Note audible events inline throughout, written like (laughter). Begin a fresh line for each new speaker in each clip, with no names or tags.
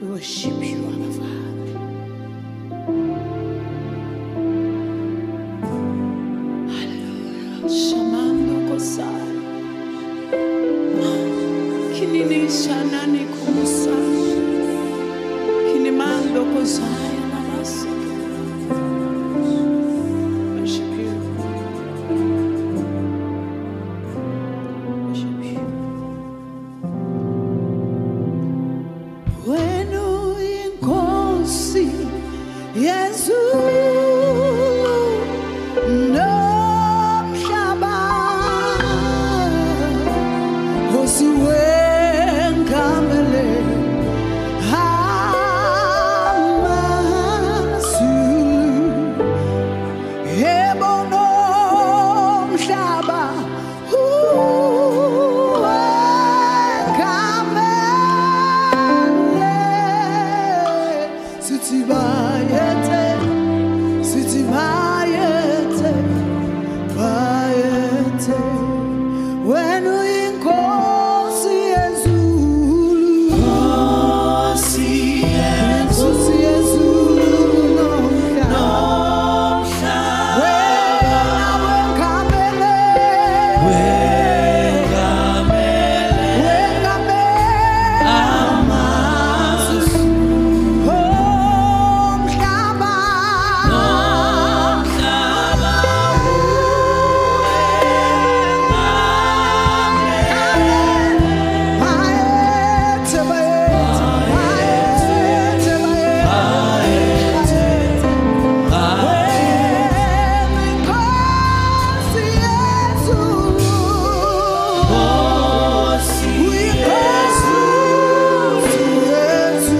worship you, Abba Father. Hallelujah. Shamando kosai. Kinini shanani kumusai. Kinimando kosai. Namasi. Worship you. Worship you. Wenu inkosi Yesu nomhlaba Nkosi wengamele amazulu Yebo nomhlaba uwakhamele sithi bayethe sithi bayethe bayethe wena uyinkosi yezulu nkosi yezulu nomhlaba wena wengamele wengamele Omhlaba Omhlaba Hayethe bayethe Hayethe bayethe Wena inkosi Yesu Uyinkosi Yesu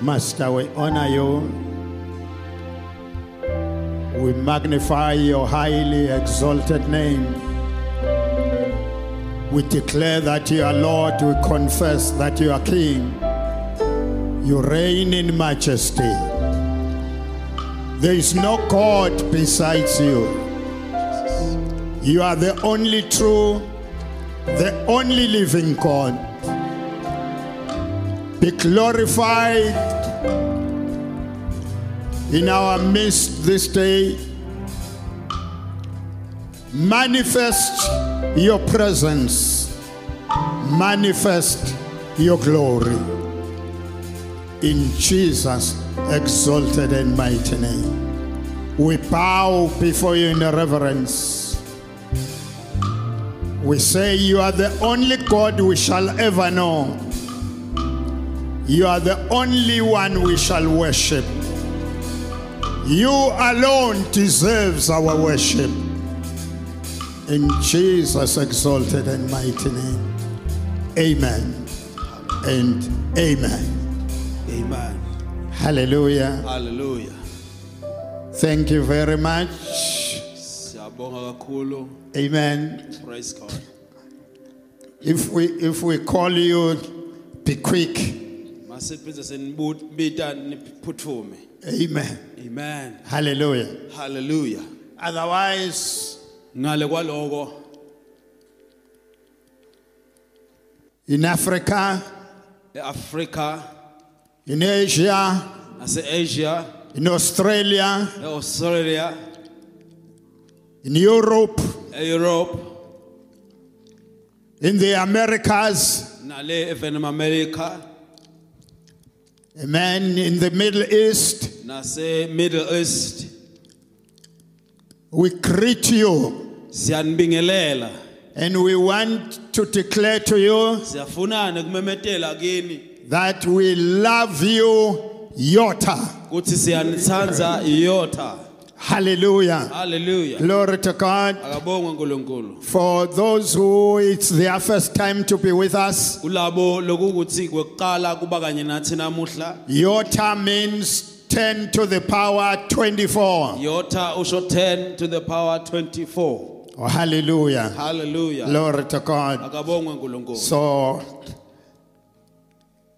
Master, we honor you. We magnify your highly exalted name. We declare that you are Lord. We confess that you are King. You reign in majesty. There is no God besides you. You are the only true, the only living God. Be glorified in our midst this day. Manifest your presence. Manifest your glory. In Jesus' exalted and mighty name. We bow before you in reverence. We say, You are the only God we shall ever know. You are the only one we shall worship. You alone deserves our worship. In Jesus' exalted and mighty name. Amen and amen.
Amen.
Hallelujah.
Hallelujah.
Thank you very much.
Siyabonga kakhulu.
Amen.
Praise God.
If we if we call you, be quick.
Masebenzisa senibita niphuthume.
Amen.
Amen.
Hallelujah.
Hallelujah.
Otherwise,
Ngale kwaloko
in Africa,
eAfrica
in Asia,
nase-Asia,
in Australia,
eAustralia,
in Europe,
eEurope
in the Americas,
nale eVenom America
amen, in the Middle East,
nase-Middle East.
we greet you
Siyanibingelela.
and we want to declare to you
Siyafunana kumemetela kini
that we love you, Yota.
ukuthi siyanithanza iyotha.
Hallelujah.
Hallelujah.
Glory to God.
Akabongwe uNkulunkulu.
For those who it's their first time to be with us,
kulabo lokukuthi kwekuqala kuba kanye nathi namuhla
Yota means 10 to the power 24.
yotha usho 10 to the power 24
Oh, hallelujah.
hallelujah
Glory to God.
akabongwe unkulunkulu
So,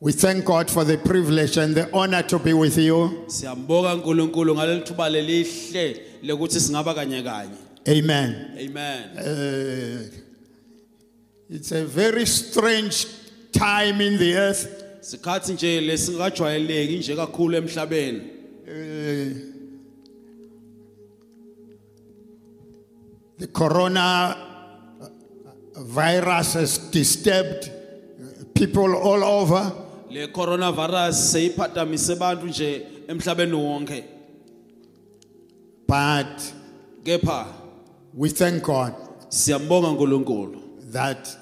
we thank God for the privilege and the honor to be with you.
siyambonga unkulunkulu ngaleli thuba lelihle lokuthi singaba kanye kanye
Amen.
amen
Uh, it's a very strange time in the earth.
sikhathi nje lesingajwayeleki nje kakhulu emhlabeni
The corona uh, virus has disturbed uh, people all over.
le coronavirus seyiphatamise abantu nje emhlabeni wonke
But
kepha
we thank God
siyambonga unkulunkulu
that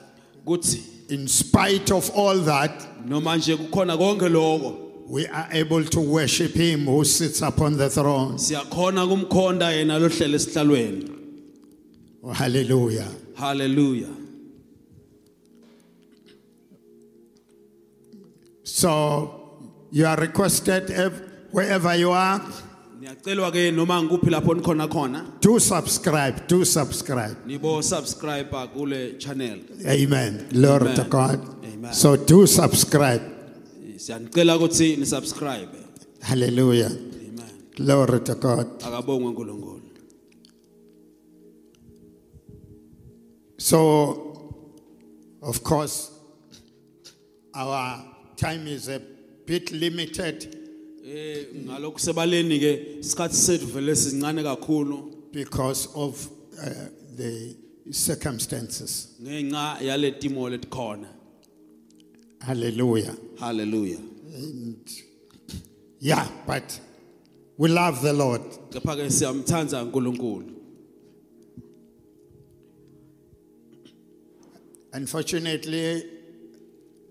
ukuthi
in spite of all that,
noma nje kukhona konke lokho
We are able to worship him who sits upon the throne.
siyakhona kumkhonda yena lohlele esihlalweni
Oh, hallelujah.
haleluya
So you are requested ev- wherever you are
niyacelwa ke noma ngikuphi lapho nikhona khona
to subscribe, to subscribe.
nibo subscribe kule channel
Amen. Glory to
Amen.
God.
Amen.
So do subscribe.
siyanicela ukuthi ni subscribe
Hallelujah.
amen
Glory to God.
akabongwe uNkulunkulu
So, of course, our time is a bit limited
eh ngalokhu sebaleni ke isikhathi sethu vele sincane kakhulu
because of uh, the circumstances.
ngenxa yale timo letikhona
Hallelujah.
haleluya
Yeah, but we love the Lord.
kepha ke siyamthanza uNkulunkulu
Unfortunately,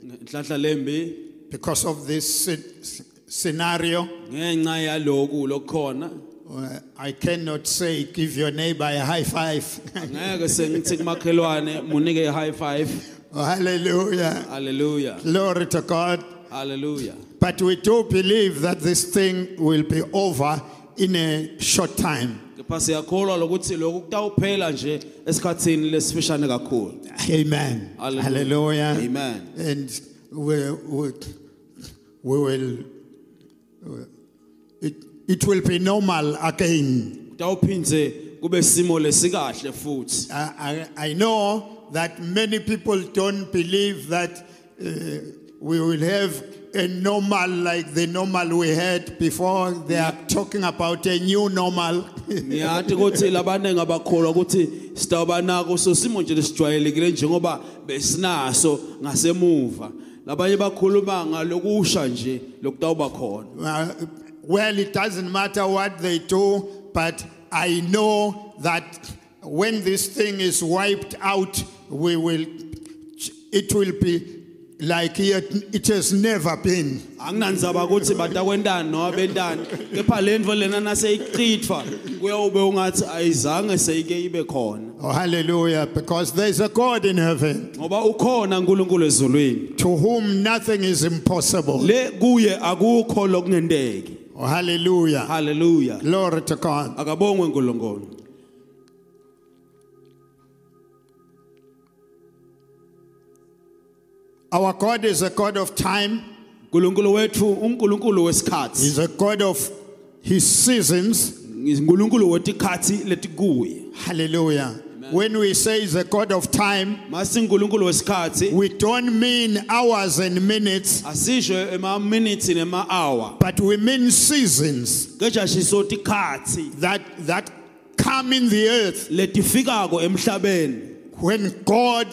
inhlanhla lembi
because of this sce- scenario,
ngenxa yaloku lokukhona
uh, I cannot say give your neighbor a high five. (laughs)
ngeke sengithi kumakhelwane munike i-high five
Oh, hallelujah.
haleluya
Glory to God.
haleluya
But we do believe that this thing will be over in a short time.
kepha siyakholwa lokuthi lokhu kutawuphela nje esikhathini lesifishane kakhulu
Amen.
Hallelujah. Amen.
And we, we, we will, it, it will be normal again.
kutawuphindze kube simo lesikahle futhi
I, I I know that many people don't believe that uh, we will have a normal like the normal we had before. They are talking about a new normal.
ngiyati ukuthi labaningi abakholwa ukuthi sitawuba nako so simo nje lesijwayelekile njengoba besinaso ngasemuva labanye bakhuluma ngalokusha nje lokutawuba khona
Uh, well, it doesn't matter what they do, but I know that when this thing is wiped out, we will. It will be like yet it has never been.
anginandzaba ukuthi batakwentani noma bentani kepha le nto lena naseyichithwa kuyawube ungathi ayizange seyike ibe khona
Oh, hallelujah, because there is a God in heaven
ngoba ukhona uNkulunkulu ezulwini
to whom nothing is impossible.
le kuye akukho lokungenteki
Oh, hallelujah.
haleluya
Glory to God.
akabongwe uNkulunkulu
Our God is a God of time,
uNkulunkulu wethu uNkulunkulu wesikhathi
He's a God of His seasons.
uNkulunkulu wetikhathi letikuye
Hallelujah. When we say He's a God of time,
masi uNkulunkulu wesikhathi
we don't mean hours and minutes,
asisho ema minutes nema hour
but we mean seasons
kejashiso tikhathi
that, that come in the earth
letifikako emhlabeni
when God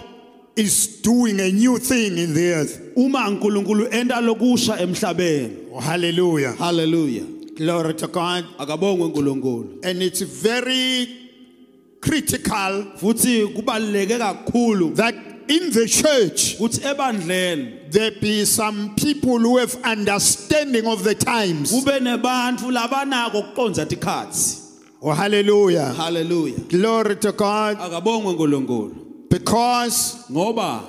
is doing a new thing in the earth.
uma uNkulunkulu enda lokusha emhlabeni
Oh, hallelujah.
haleluya
Glory to God.
akabongwe uNkulunkulu
And it's very critical
futhi kubaleke kakhulu
that in the church
ukuthi ebandleni
there be some people who have understanding of the times.
kube nebantfu labanako kuqonza tikhatsi
Oh, hallelujah.
haleluya
Glory to God.
akabongwe uNkulunkulu
Because
ngoba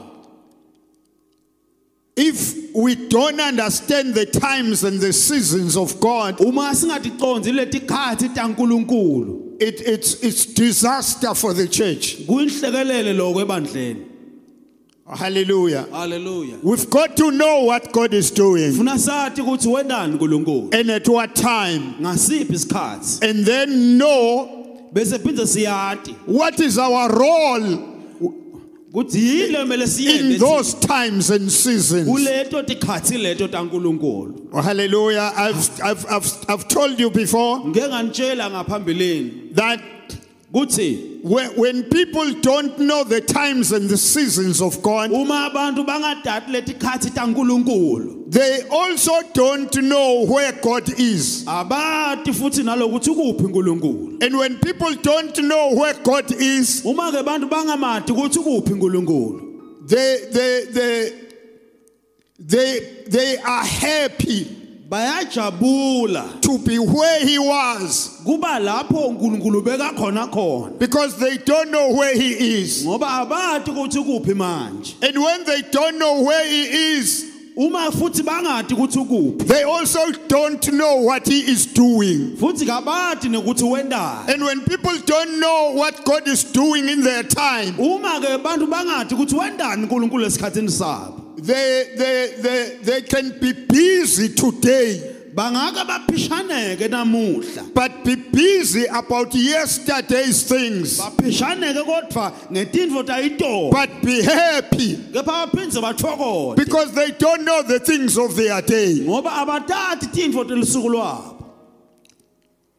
if we don't understand the times and the seasons of God,
uma singaticonzi letikhathi taNkulunkulu
it, it's, it's disaster for the church.
kuyinhlekelele lokho ebandleni
Oh, hallelujah.
haleluya
We've got to know what God is doing
funa sathi ukuthi wendani uNkulunkulu
and at what time,
ngasiphi isikhathi
and then know
bese phindze siyati
What is our role
ukuthi yile mele
in
siyende
those times and seasons?
kuleto tikhathi leto taNkulunkulu
Oh, hallelujah. I've, I've, I've, I've told you before
ngeke ngantshela ngaphambilini
that
kuthi
when, when people don't know the times and the seasons of God,
uma abantu bangadati letikhathi taNkulunkulu
they also don't know where God is.
abati futhi nalokuthi kuphi uNkulunkulu
And when people don't know where God is,
uma ke abantu bangamati ukuthi kuphi uNkulunkulu
they, they, they, they, they are happy
bayajabula
to be where He was
kuba lapho uNkulunkulu beka khona khona
because they don't know where He is.
ngoba abati ukuthi kuphi manje
And when they don't know where he is,
uma futhi bangati ukuthi kuphi
they also don't know what he is doing.
futhi kabati nekuthi wendani
And when people don't know what God is doing in their time,
uma ke abantu bangati ukuthi wendani uNkulunkulu esikhathini sabo
they, they, they, they can be busy today,
bangaka baphishaneke namuhla
but be busy about yesterday's things,
baphishaneke kodvwa ngetintfo tayitona
but be happy
kepha baphindze bathokote
because they don't know the things of their day.
ngoba abatati tintfo telusuku lwabo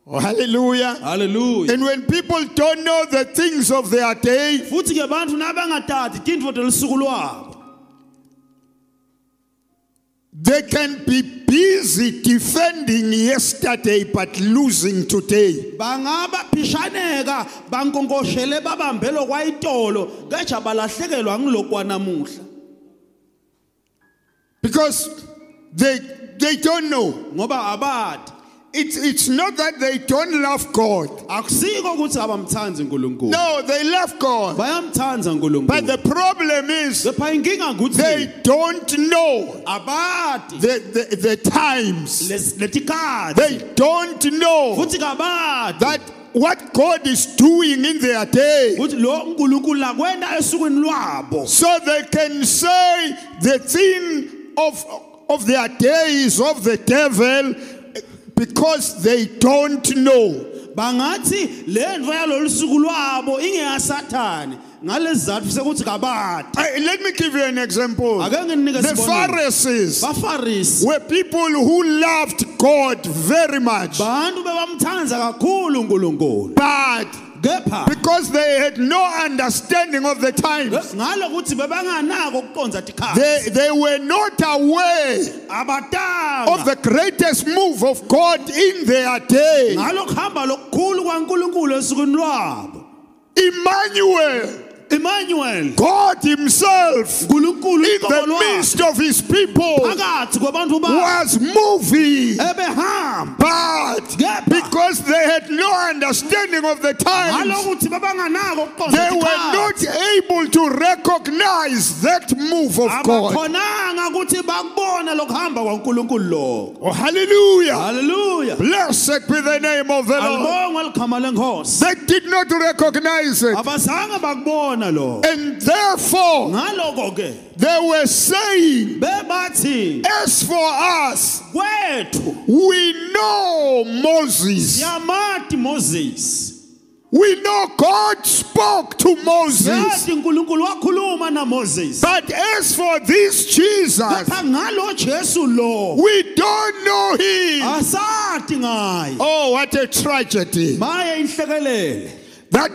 Oh, hallelujah.
halleluya
And when people don't know the things of their day,
futhi ke bantfu nabangatati tintfo telusuku lwabo
They can be busy defending yesterday but losing today.
bangabaphishaneka bankonkoshele babambe lokwayitolo keja balahlekelwa ngilokwanamuhla
Because they, they don't know.
ngoba abati
It's, it's not that they don't love God.
akusiko ukuthi abamthandi uNkulunkulu
No, they love God.
bayamthanda
But the
uNkulunkulu
problem is
kepha inkinga ukuthi
they don't know
abati
the, the, the times.
les- letikhathi
They don't know
futhi kabati
that what God is doing in their day.
ukuthi lo uNkulunkulu lakwenda esukwini lwabo
So they can say the thing of, of their day is of the devil because they don't know.
bangathi le nto yalolu suku lwabo ingeyasathani ngalezizathu sekuthi kabati
I- let me give you an example.
Ake nginike
The
isibonelo.
Pharisees
bafarisi
were people who loved God very much,
bantu bebamthanza kakhulu uNkulunkulu
but
kepha
because they had no understanding of the times,
ngalokuthi bebanganako ukuqonza tikhathi
they, they were not aware of
abatanga
the greatest move of God in their day.
ngalokuhamba lokukhulu kwaNkulunkulu esukwini lwabo
Emmanuel.
Emmanuel
God Himself,
uNkulunkulu
in the
inqobolwa
midst of His people,
phakathi kwabantu bakhe
was
Eh.
moving.
ebehamba
But
Kepha-
because they had no understanding of the times,
ngalokuthi babanganako ukuqonda "Ah,
they were
isikhathi.
not able to recognize that move of God.
abakhonanga ukuthi bakubone lokuhamba kwaNkulunkulu lokho
Oh, hallelujah.
haleluya
Blessed be the name of the Lord.
alibongwe ligama lenkosi
They did not recognize it.
abazange bakubona lokho
And therefore,
ngaloko ke
they were saying,
bebathi
As for us,
kwethu
we know Moses.
yamati moses
We know God spoke to Moses.
yathi unkulunkulu wakhuluma namoses
But as for this Jesus,
kepha ngalo jesu lo
we don't know him.
asati ngaye
Oh, what a tragedy.
maye inhlekelele
That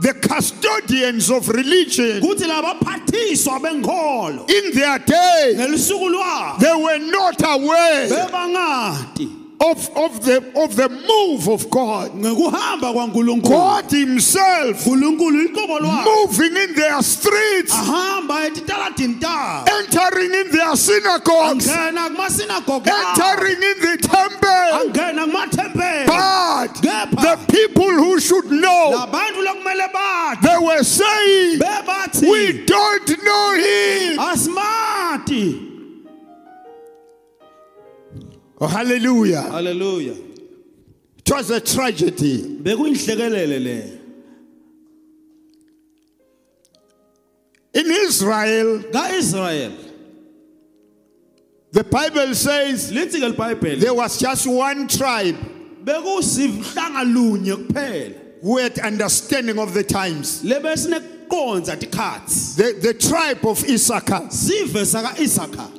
the custodians of religion
kuthi labaphathiswa benkholo
in their day,
ngelisuku lwabo
they were not aware
bebangati
of, of, the, of the move of God.
ngekuhamba kwankulunkulu
God Himself
nkulunkulu iqobo lwabo
moving in their streets,
ahamba etitaladini tabo
entering in their synagogues,
angena kumasinagoge abo.
entering in the temple.
angena kumathempeli
But the
Kepha-
people who should know,
labantu lokumele bade
they were saying,
bebathi
We don't know him.
asimati
Oh, hallelujah.
haleluya
It was a tragedy.
bekuyinhlekelele le
In Israel,
kaIsrayeli
the Bible says
lithi ke libhayibheli
there was just one tribe
bekusihlanga lunye kuphela
who had understanding of the times.
lebesinekuqonza tikhathi
The, the tribe of Issachar,
sive sakaIsaka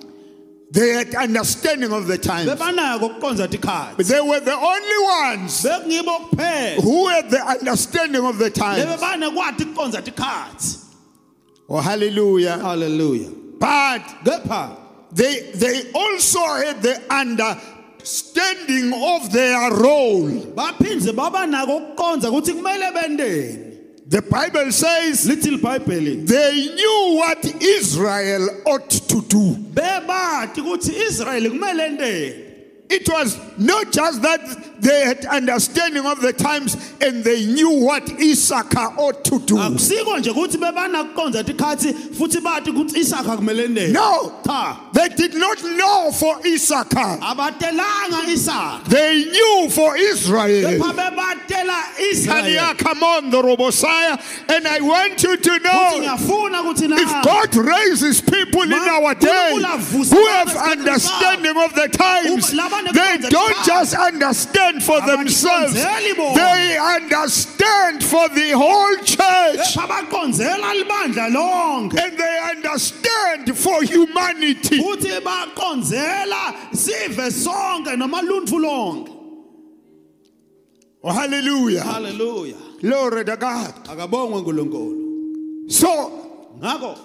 they had understanding of the times.
bebanako ukuqonza tikhathi
They were the only ones
bekungibo kuphela
who had the understanding of the times.
lebebanekwati kuqonza tikhathi
Oh, hallelujah.
haleluya
But
kepha
they, they also had the understanding of their role.
baphindze babanako ukuqonza ukuthi kumele bendeni
The Bible says
lithi libhayibheli
they knew what Israel ought to do.
bebati ukuthi Israyeli kumele endeni
It was not just that they had understanding of the times and they knew what Issachar ought to do.
akusiko nje ukuthi bebana kuqonza tikhathi futhi bathi ukuthi isakha kumele endeni
No,
cha
they did not know for Issachar.
abatelanga isakha
They knew for Israel.
kepha bebatela
Kania,
isakha
come on, the Robosiah, and I want you to know
ngiyafuna ukuthi na
If God raises people in our day who have understanding of the times, they don't just understand for themselves, they understand for the whole church
kepha baqonzela Eh, libandla lonke
and they understand for humanity.
futhi baqonzela sive sonke nomaluntu lonke
Oh, hallelujah.
haleluya
Glory to God.
akabongwe uNkulunkulu
So,
ngakho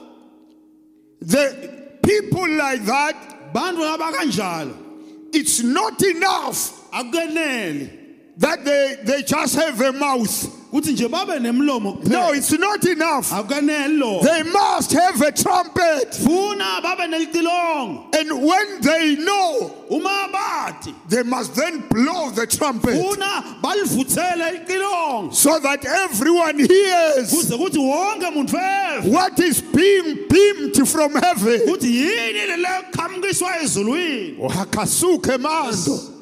the people like that,
bantu abakanjalo
it's not enough
akukeneli
that they, they just have a mouth.
kuthi nje babe nemlomo kuphela
No, it's not enough.
akukaneli lo
They must have a trumpet.
funa babe nelitilongo
And when they know,
uma bathi
they must then blow the trumpet
funa balivuthele ilitilongo
so that everyone hears
kuze kuthi wonke muntu eve
what is being beamed from heaven. Oh,
kuthi yini leleyo qhamukiswa ezulwini
Hakasuke mando.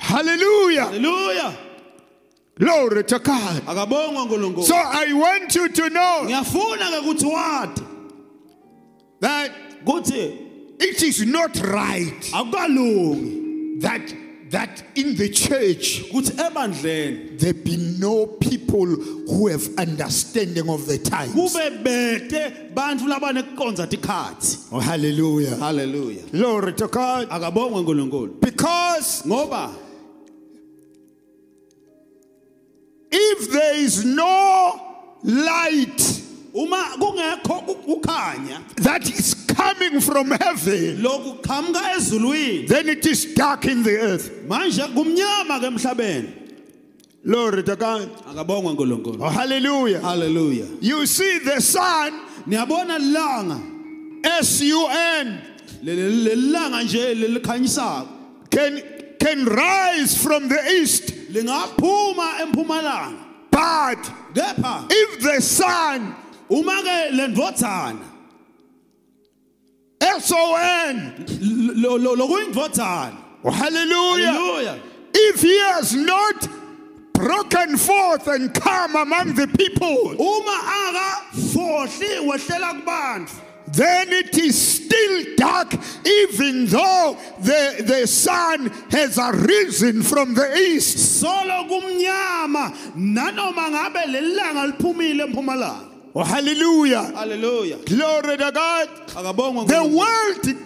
Hallelujah.
haleluya
Glory to God.
akabongwa
So
unkulunkulu
I want you to know
ngiyafuna ke kuthi wathi
that
kuthi
it is not right
akukalungi
that that in the church
kuthi ebandleni
there be no people who have understanding of the times.
kube bete bantu labanekuqonza tikhathi
Oh, hallelujah.
haleluya
Glory to God.
akabongwe unkulunkulu
Because
ngoba
if there is no light
uma kungekho u- ukukhanya
that is coming from heaven,
lokhu qhamuka ezulwini
then it is dark in the earth.
manje kumnyama ke emhlabeni
Glory to God.
akabongwa unkulunkulu
Oh, hallelujah.
halleluya
You see the sun,
niyabona lilanga
S U N,
lelilanga nje lelikhanyisako
can, can rise from the east.
lingaphuma empumalanga
But
kepha
if the sun,
uma ke lendvodzana
S O N,
lo- lo- lokuyindvodzana
oh, hallelujah.
halleluya
If he has not broken forth and come among the people,
uma akafohli wehlela kubantu
then it is still dark, even though the, the sun has arisen from the east.
solo kumnyama nanoma ngabe lelanga liphumile empumalanga
Oh, hallelujah.
halleluya
Glory to God.
akabongwa
The
uNkulunkulu.
world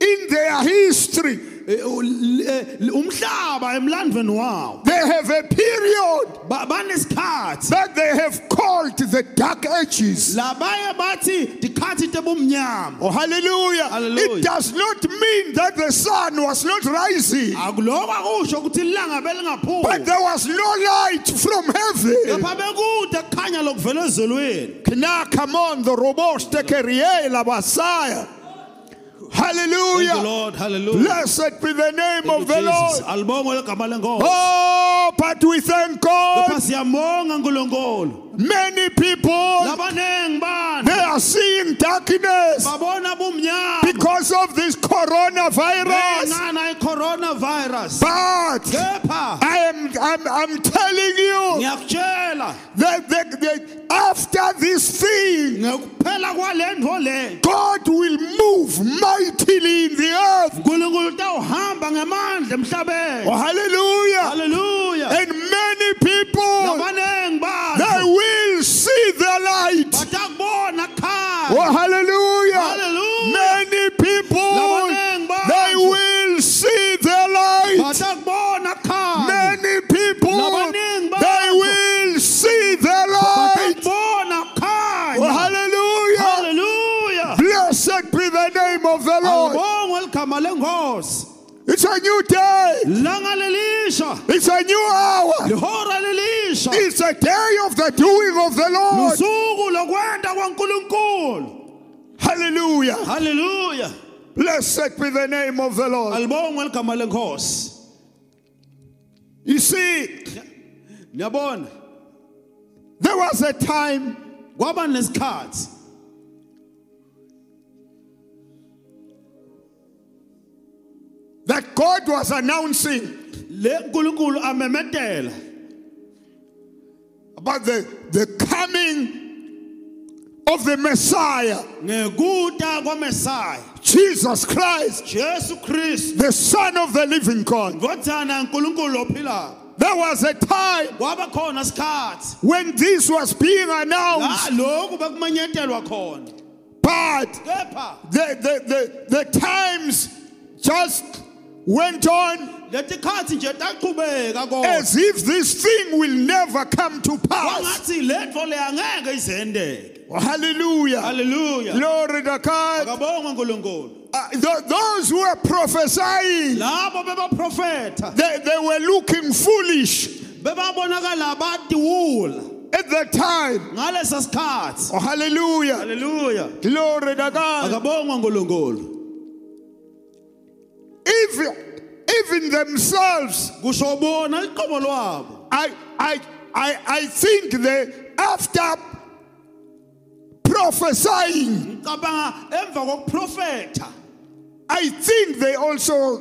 in their history,
Eh, u- l- eh, l- umhlaba emlandweni wawo
they have a period
Ba- banesikhathi
that they have called the dark ages.
labaye bathi tikhathi tebumnyama
Oh, hallelujah.
Hallelujah.
It does not mean that the sun was not rising,
akuloko akusho ukuthi lilanga
but
belingaphumi
there was no light from heaven.
kepha bekude kukhanya lokuvela ezulwini
Now, come on, the robust Keriela Messiah.
Thank you,
Hallelujah.
lord hallelujah
Blessed be the name
Thank
of the
you, Jesus.
Lord.
alibongwe legama lenkolo
Oh, but we thank
kepha
God.
siyabonga nkulunkulu
Many people
labaningi bani
they are seeing darkness
babona bumnyama
because of this coronavirus.
ngana i-coronavirus
But
kepha
I am I'm, I'm telling you
ngiyakutshela
that, that, that after this thing,
ngekuphela kwale nto le
God will move mightily in the earth.
unkulunkulu utawuhamba ngemandla emhlabeni
Oh, hallelujah.
halleluya
And many people
labaningi
they
bantu
will see the light.
batakubona khaya
Oh, hallelujah.
halleluya
Many people
Labanengi bantu.
they will see the light.
batakubona khaya
Many people,
Labanengi bantu.
they will see the light.
batakubona
Oh,
khaya
hallelujah.
halleluya
Blessed be the name of the Lord.
alibongwe ligama lengosi
It's a new day.
langa lelisha
It's a new hour.
lihora lelisha
It's a day of the doing of the Lord.
lusuku lokwenta kwankulunkulu
Hallelujah.
halleluya
Blessed be the name of the Lord.
alibongwe ligama lenkosi
You see,
niyabona
there was a time
kwaba nesikhathi
that God was announcing
le nkulunkulu amemetela
about the, the coming of the Messiah,
ngekuta kwamesaya
Jesus Christ,
jesu kristu
the Son of the living God.
ngodzana nkulunkulu lophilako
There was a time
kwaba khona sikhathi
when this was being
la
announced,
loku bekumanyetelwa khona
but
kepha
the, the, the, the times just went on
letikhathi nje taqhubeka kona
as if this thing will never come to pass. Oh,
kwangathi lento le angeke izendeke
Hallelujah.
haleluya
Glory to God.
akabongwe nkulunkulu
Uh, th- those who were prophesying,
labo bebaprofetha
they, they were looking foolish
bebabonakala badiwula
at the time.
ngalesa sikhathi
Oh, hallelujah.
haleluya
Glory to God.
akabongwe
Oh,
nkulunkulu
Even, even themselves,
kusho bona liqobo lwabo
I, I, I, I think they, after prophesying,
ngicabanga emva kokuprofetha
I think they also,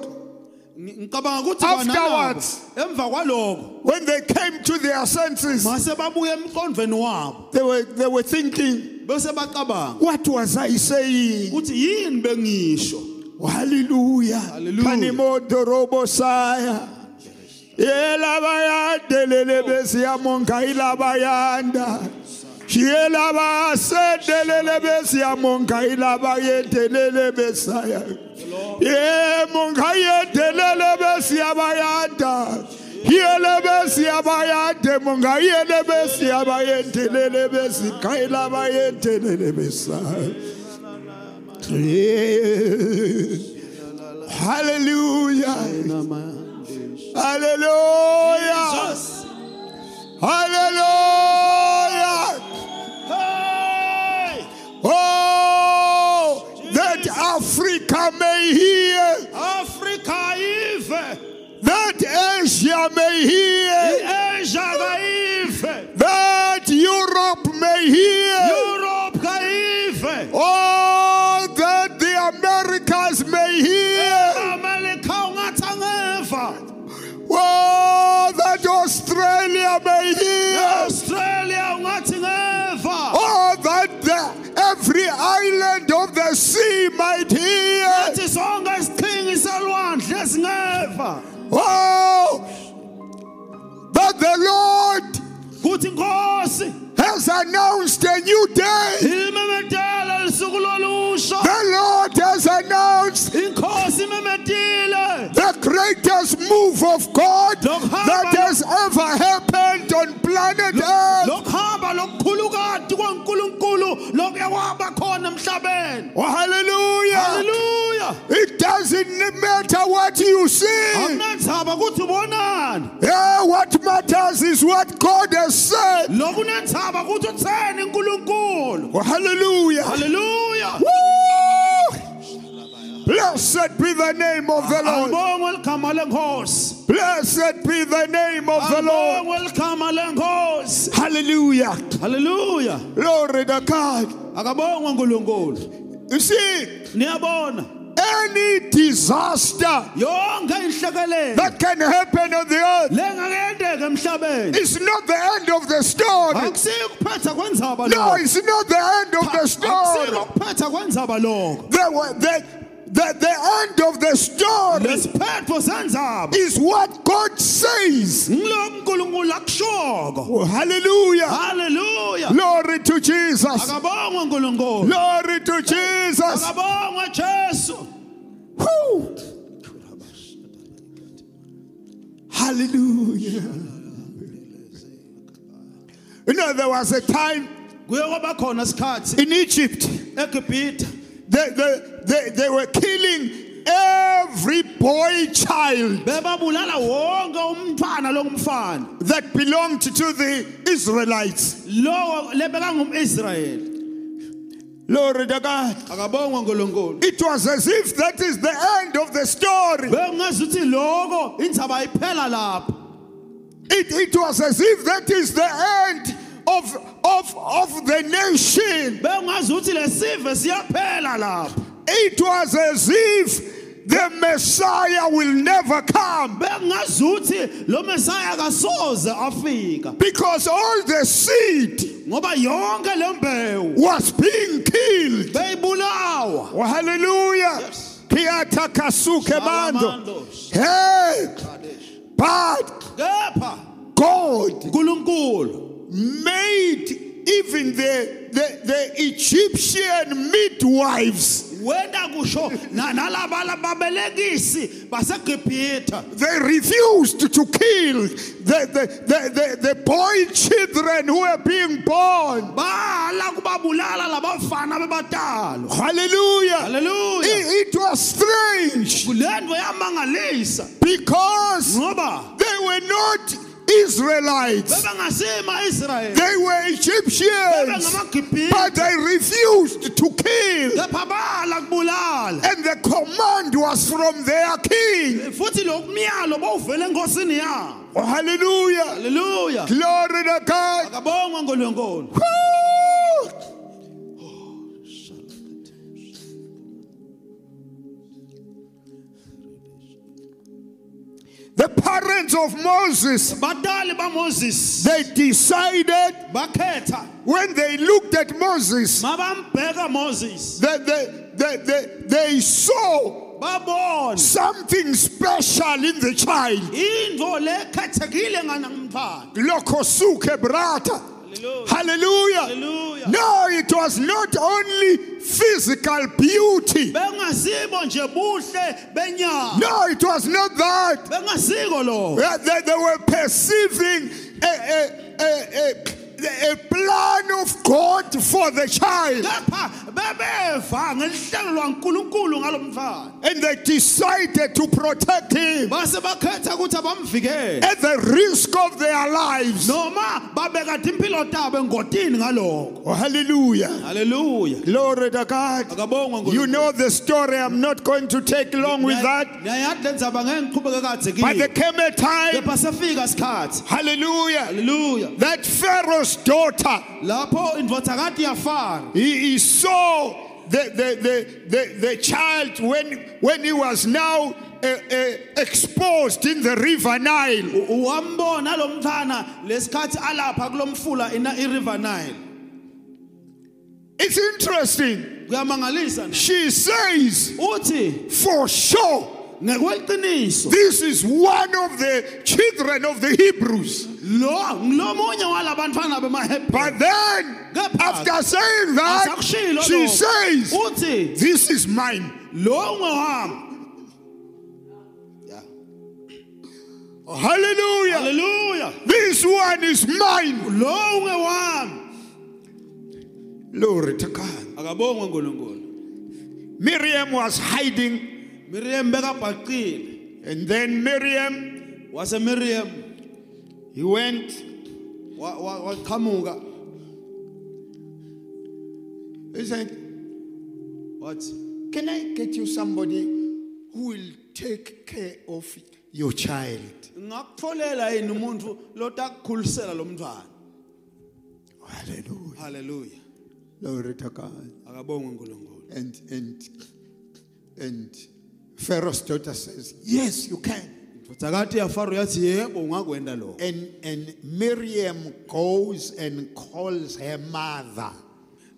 ngi- ngicabanga ukuthi
Afterwards.
kwanalabo, emva kwaloko
when they came to their senses,
mase babuye emqondweni wabo
they were, they were thinking,
bese bacabanga
what was I saying?
ukuthi yini bengisho
Hallelujah.
Hallelujah.
Kanimodo robo saya. Yela bayande lelebesi ya monga ila bayanda. Yela basende lelebesi ya monga ila bayete lelebesaya. Ye monga yete lelebesi ya bayanda. Yelebesi ya bayande monga yelebesi ya bayete lelebesi kaila bayete lelebesaya. Hallelujah. Hallelujah. Oh, Africa may hear,
Afrika ive,
that Asia may hear,
Asia kaive,
that Europe may hear,
Europe kaive,
oh, that the Americas may hear,
Amerika ungathi angeva,
oh, that Australia may hear,
Australia ungathi ngeva,
oh, that the, every island of the sea might hear.
athi sonke isiqhingi selwandle singeva.
Oh, but the Lord
Kuthi inkosi
has announced a new day.
imemedele lusuku lolusha.
The Lord has announced
Inkosi imemedile
the greatest move of God
Look,
that has ever happened on planet Earth.
lokuhamba lokukhulukati kwaNkulunkulu lokuya kwaba khona emhlabeni.
Oh, hallelujah.
Hallelujah.
It doesn't matter what you see.
akunandzaba ukuthi ubonani
Yeah, what matters is what God has said.
lokunendzaba ukuthi utheni uNkulunkulu
Oh, hallelujah.
haleluya
Woo! Blessed be the name of the Lord.
Ngibonga ligama lenkosi
Blessed be the name of the Lord.
Ngibonga ligama lenkosi
Hallelujah.
haleluya
Glory to God.
akabongwe uNkulunkulu
You see,
niyabona
any disaster
yonke inhlekelele
that can happen on the earth
lengakuyenteka emhlabeni
is not the end of the story.
akusiyo ukuphetha kwendzaba
No,
lokho
it's not the end of the
akusiyo
story.
ukuphetha kwendzaba lokho
The, the, the, the end of the story
lesiphetho sendzaba
is what God says.
ngiloko uNkulunkulu akushoko
Oh, hallelujah.
haleluya
Glory to Jesus.
akabongwe uNkulunkulu
Glory to Jesus.
Akabongwe Jesu.
Whew. Hallelujah. You know, there was a time
Kuye kwaba khona isikhathi
in Egypt,
eGibhithe
they, they, they, they were killing every boy child
bebabulala wonke umntwana longumfana
that belonged to the Israelites.
lowo lebeka ngumIsrayeli.
Glory to God.
Akabongwe uNkulunkulu.
It was as if that is the end of the story.
Bengazuthi lokho indzaba iphela lapho.
It, it was as if that is the end of, of, of the nation.
Bengazuthi lesive siyaphela lapho.
It was as if the Messiah will never come
Bengazuthi lo Messiah kasoze afika
because all the seed
ngoba yonke lembewu
was being killed.
beyibulawa.
Oh, hallelujah.
Yes.
Kiata kasuke mando. Hey, but
Kepha
God
uNkulunkulu
made even the, the, the Egyptian midwives,
wenda kusho na- nalaba lababelekisi basegibhitha
they refused to kill the, the, the, the, the boy children who were being born.
bala kubabulala labafana bebatalo
Hallelujah.
haleluya
It, it was strange
le nto yamangalisa
because
ngoba
they were not Israelites,
bebengasima israyeli
they were Egyptians, but
bebengamagibhitha
they refused to kill.
kepha bala kubulala
And the command was from their king.
futhi lo myalo bowuvele enkosini yabo
Oh, hallelujah.
haleluya
Glory to God.
akabongwa nkulunkulu
The parents of Moses,
badali bamoses
they decided
bakhetha
when they looked at Moses
mabambheka moses
that they, they, they, they saw
babona
something special in the child.
into lekhethekile nganamntwana
Lokosuke brata.
haleluya
Hallelujah.
haleluya
No, it was not only physical beauty.
bengasibo nje buhle benyama
No, it was not that. Uh,
bengasiko lo
They, they- they were perceiving a, a, a, a, a plan of God for the child.
kepha bebeva ngenhlelo lwankulunkulu ngalomfana
And they decided to protect him
base bakhetha ukuthi abamvikele
at the risk of their lives.
noma babekade impilo tabo engodini ngalokho
Oh, hallelujah.
Haleluya.
Glory to God.
Akabongwe
You know the story. I'm not going to take long with that.
Nayathi lenzaba ngeke ngiqhubeke kahle
But there
kiyo.
came a time,
Kepha safika isikhathi.
hallelujah,
Haleluya.
that Pharaoh's daughter,
Lapho indvodakati yafana.
he, he saw the, the, the, the, the child when, when he was now uh, uh, exposed in the river Nile.
Uwambona lo mfana lesikhathi alapha kulomfula ina iRiver Nile.
It's interesting.
Kuyamangalisa na.
She says,
Uthi
for sure,
ngekweqiniso
this is one of the children of the Hebrews.
lo ngilomunye walabantwana bemahebhe.
But then, after saying that,
Asakushilo
she
lokho.
says,
uthi
This is mine.
lo ngowami.
Hallelujah.
Haleluya.
This one is mine.
Lo ngewami.
Glory to God.
Akabongwe uNkulunkulu.
Miriam was hiding,
Miriam bekabhaqile.
and then Miriam,
Wase Miriam
he went.
wa- wa- waqhamuka
He said,
wathi
Can I get you somebody who will take care of your child?
ngakutholela yini umuntu lotakukhulisela lo mntwana.
Hallelujah.
Haleluya.
Glory to God.
Akabongwe uNkulunkulu.
And and and Pharaoh's daughter says, Yes, you can.
Indvodakati yaFaro yathi yebo ungakwenda lo.
And and Miriam goes and calls her mother,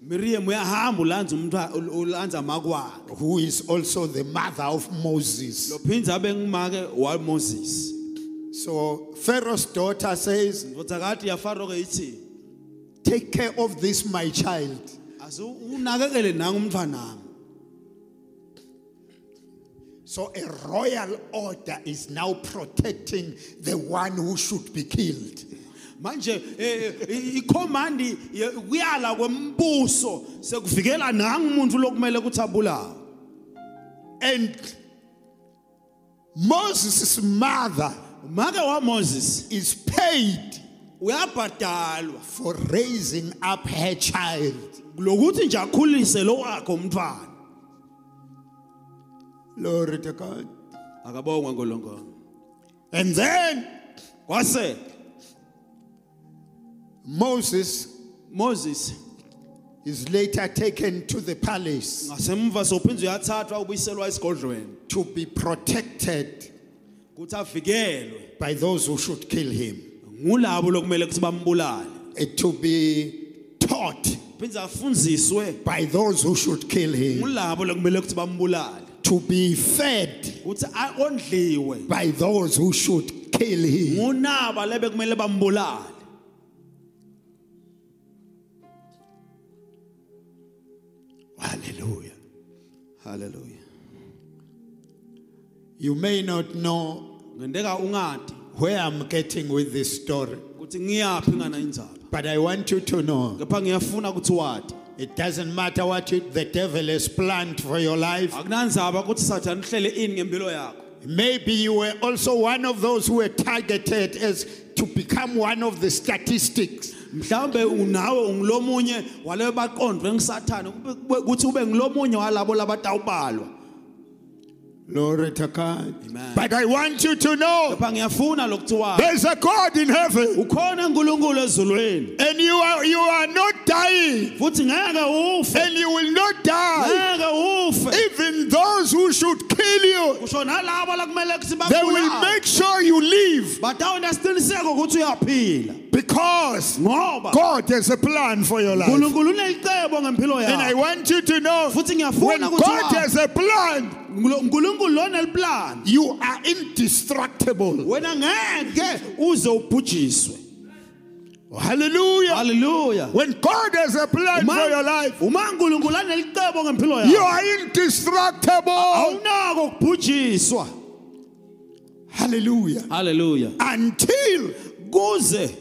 Miriam uyahamba ulanza umntwana ulanza makwakhe.
who is also the mother of Moses.
Lophinza abe ngumake waMoses.
So Pharaoh's daughter says,
Indvodakati yaFaro ke ithi
Take care of this, my child.
asu unakekele nanga umntwana nami.
So a royal order is now protecting the one who should be killed.
manje eh, eh, ikhomandi ye- kuyala kwembuso sekuvikela nangu umuntu lokumele ukuthi abulawe
And Moses' mother
make wamoses
is paid
uyabhadalwa
for raising up her child.
lokuthi nje akhulise lo wakhe umntwana
Glory to God.
akabongwe nkulunkulu
And then
kwase
Moses
moses
is later taken to the palace
ngasemva sophinza uyathathwa ubuyiselwa esigodlweni
to be protected
ukuthi avikelwe
by those who should kill him
ngulabo lokumele ukuthi bambulale
and to be taught
phinze afundziswe
by those who should kill him
ngulabo lokumele ukuthi bambulale
to be fed
ukuthi aondliwe
by those who should kill him
ngunaba lebe kumele bambulale
hallelujah
Hallelujah.
you may not know
Ngendeka ungadi
where i'm getting with this story
ukuthi ngiyapi ngana indzaba.
but i want you to know
Kepha ngiyafuna ukuthi wathi
it doesn't matter what you, the devil has planned for your life
akunandzaba ukuthi Satan uhlele ini ngempilo yakho.
maybe you were also one of those who were targeted as to become one of the statistics
Mhlambe unawe ungilomunye wale baqondwe ngisathana kube- kube- ukuthi ube ngilomunye walabo labatawubalwa.
Glory to God.
Amen.
But I want you to know
Kepha ngiyafuna lokuthi wathi
there's a God in heaven,
ukhona uNkulunkulu ezulwini
and you are you are not dying,
futhi ngeke ufe.
and you will not die.
Ngeke ufe.
Even those who should kill you,
Kusho nalabo lakumele ukuthi
they will
bakubulale.
make sure you live
Batawona siqiniseko ukuthi uyaphila.
because
Ngoba
God has a plan for your life.
uNkulunkulu unelicebo ngempilo
And I
yakho.
want you to know
Futhi
when
ngiyafuna ukuthi
God
wazi,
has a plan,
uNkulu- uNkulunkulu lonel plan.
you are indestructible.
Wena ngeke uze ubhujiswe.
Hallelujah.
Hallelujah.
When God has a plan for your life,
uma uNkulunkulu anelicebo ngempilo
you
yakho,
are indestructible.
awunako ukubhujiswa.
Hallelujah.
Hallelujah.
Until
Kuze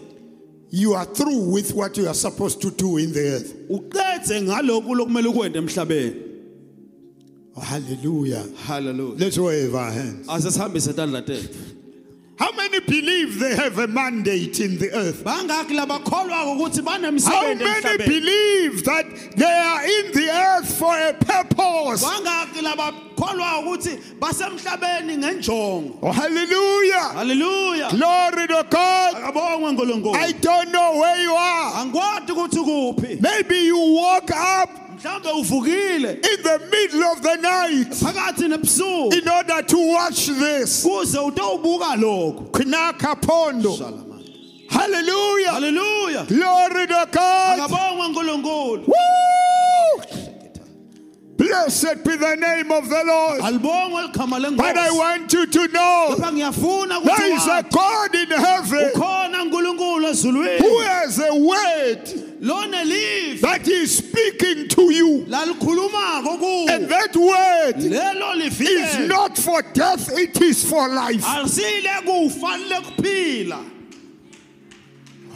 you are through with what you are supposed to do in the earth.
uqedze ngalokhu lokumele ukwende emhlabeni
Hallelujah.
hallelujah
Let's wave our hands.
asesihambise tandla tethu
How many believe they have a mandate in the earth?
bangaki labakholwako ukuthi
How many
banemsebenzi emhlabeni
believe that they are in the earth for a purpose?
bangaki labakholwako ukuthi basemhlabeni ngenjongo
Oh, hallelujah.
haleluya
Glory to God.
akabongwe
I
nkulunkulu
don't know where you are.
angikwadi ukuthi kuphi
Maybe you woke up
mhlawumbe uvukile
in the middle of the night
phakathi nebusuku
in order to watch this.
kuze utowubuka lokhu
Kunakapondo. Hallelujah.
haleluya
Glory to God.
akabongwe nkulunkulu
Woo! Blessed be the name of the Lord.
alibongwe likhama
But I
lenkosi
want you to know
lapha ngiyafuna
there is a
ukuthi
God in heaven
ukhona nkulunkulu
who
ezulwini
has a word
lona live
that is speaking to you.
lalikhulumako
And
kuwe
that word
lelo
is
livikele
not for death, it is for life.
alisile kufanele kuphila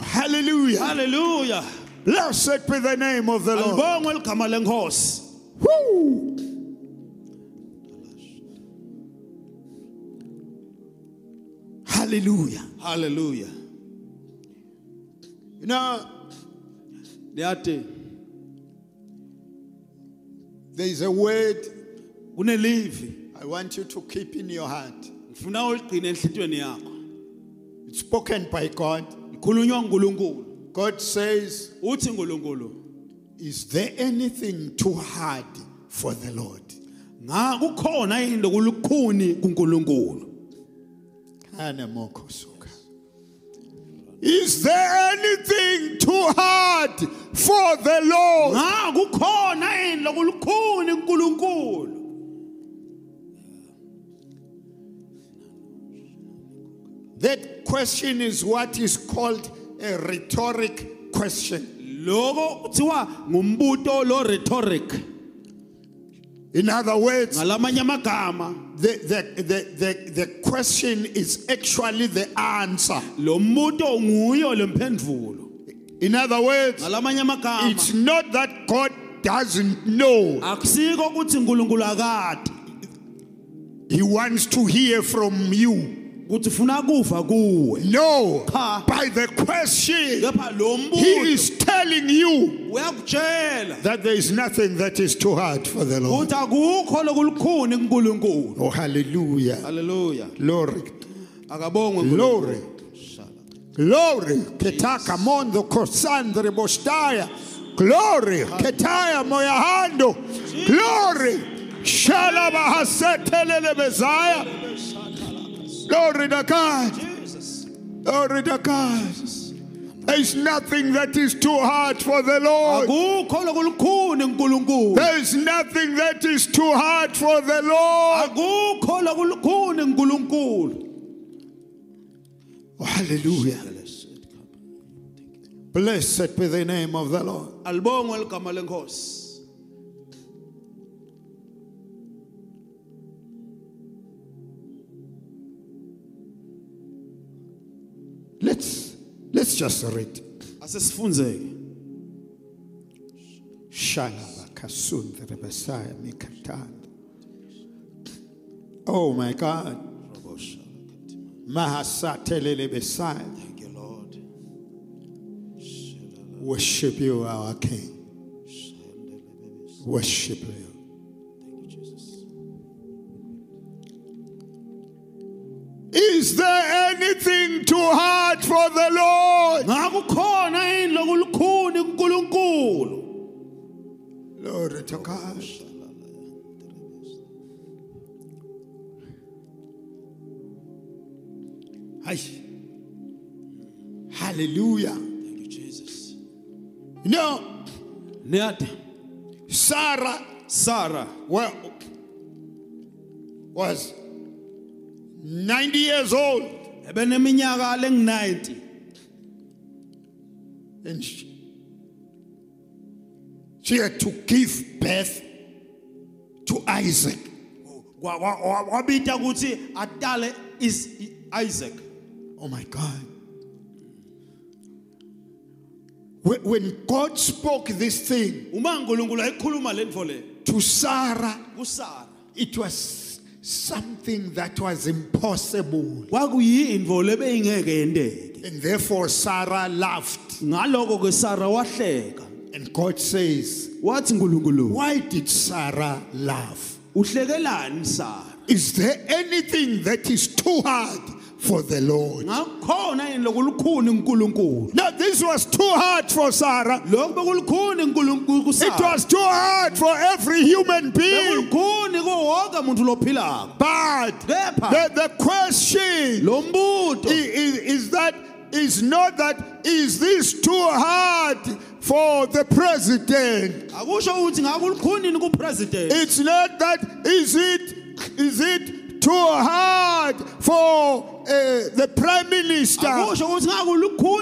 Hallelujah.
haleluya
Blessed be the name of the Lord.
alibongwe ligama lenkosi
Woo! Hallelujah.
haleluya
You know,
liyati
there is a word
kunelivi
I want you to keep in your heart.
ngifuna uligcine enhlitweni yakho
It's spoken by God.
likhulunywa ngunkulunkulu
God says,
uthi nkulunkulu
Is there anything too hard for the Lord?
nga kukhona into kulukhuni kunkulunkulu
Anamokosoka. Is there anything too hard for the Lord?
nga kukhona into kulukhuni kunkulunkulu
That question is what is called a rhetoric question.
loko kuthiwa ngumbuto lo rhetoric
In other words,
ngalamanye amagama
the, the, the, the, the question is actually the answer.
lo mbuto nguyo le mphendvulo
In other words,
ngalamanye amagama
it's not that God doesn't know,
akusiko ukuthi nkulunkulu akade
He wants to hear from you.
ukuthi ufuna kuva kuwe
No,
Cha.
by the question.
kepha lo
He
mbuto
is telling you
uyakutshela
that there is nothing that is too hard for the Lord.
ukuthi akukho lokulukhuni kunkulunkulu
Oh, hallelujah.
haleluya
Glory.
akabongwe nkulunkulu.
Glory. Glory. Ketaka mondo kosandre bostaya. Glory. Ketaya moyahando. Glory. Shalabahasetelele bezaya. Glory to God. Glory to God. There is nothing that is too hard for the Lord.
akukho lokulukhuni kunkulunkulu
There is nothing that is too hard for the Lord.
akukho lokulukhuni kunkulunkulu
Oh, hallelujah. Blessed be the name of the Lord.
alibongwe ligama lenkosi
Let's let's just read.
asesifunzeke
Shalaba kasundre besaya mikatanda. Oh my God. Mahasatelele besaya.
thank you lord
Worship you, our King. Worship you. Is there anything too hard for the Lord?
ngakukhona yini lokulukhuni kunkulunkulu
Glory to God. Ay. Hallelujah.
thank you jesus
You know,
niyada
Sarah
sara
well, was 90 years old
ebeneminyaka lengu-90
and she, she had to give birth to Isaac.
Wa- wa- wa- wabita ukuthi atale is- i- isaac
Oh my God. When- When God spoke this thing
uma nkulunkulu ayikhuluma le ntfo le
to Sarah,
kusara
it was something that was impossible.
kwakuyintfo lebeyingeke yenteke
And therefore, Sarah laughed.
ngaloko-ke sara wahleka
And God says,
wathi nkulunkulu
Why did Sarah laugh?
uhlekelani sara
Is there anything that is too hard for the Lord?
ngakukhona yini loku lukhuni nkulunkulu
Now, this was too hard for Sarah.
loku bekulukhuni nkulunkulu
It
kusara
was too hard for every human being.
bekulukhuni kuwoke munthu lophilako
But
kepha
the, the question
lo mbuto
is, is that is not that is this too hard for the president?
akusho ukuthi ngakulukhunini kupresident
It's not that is it is it too hard for uh, the prime minister?
akusho ukuthi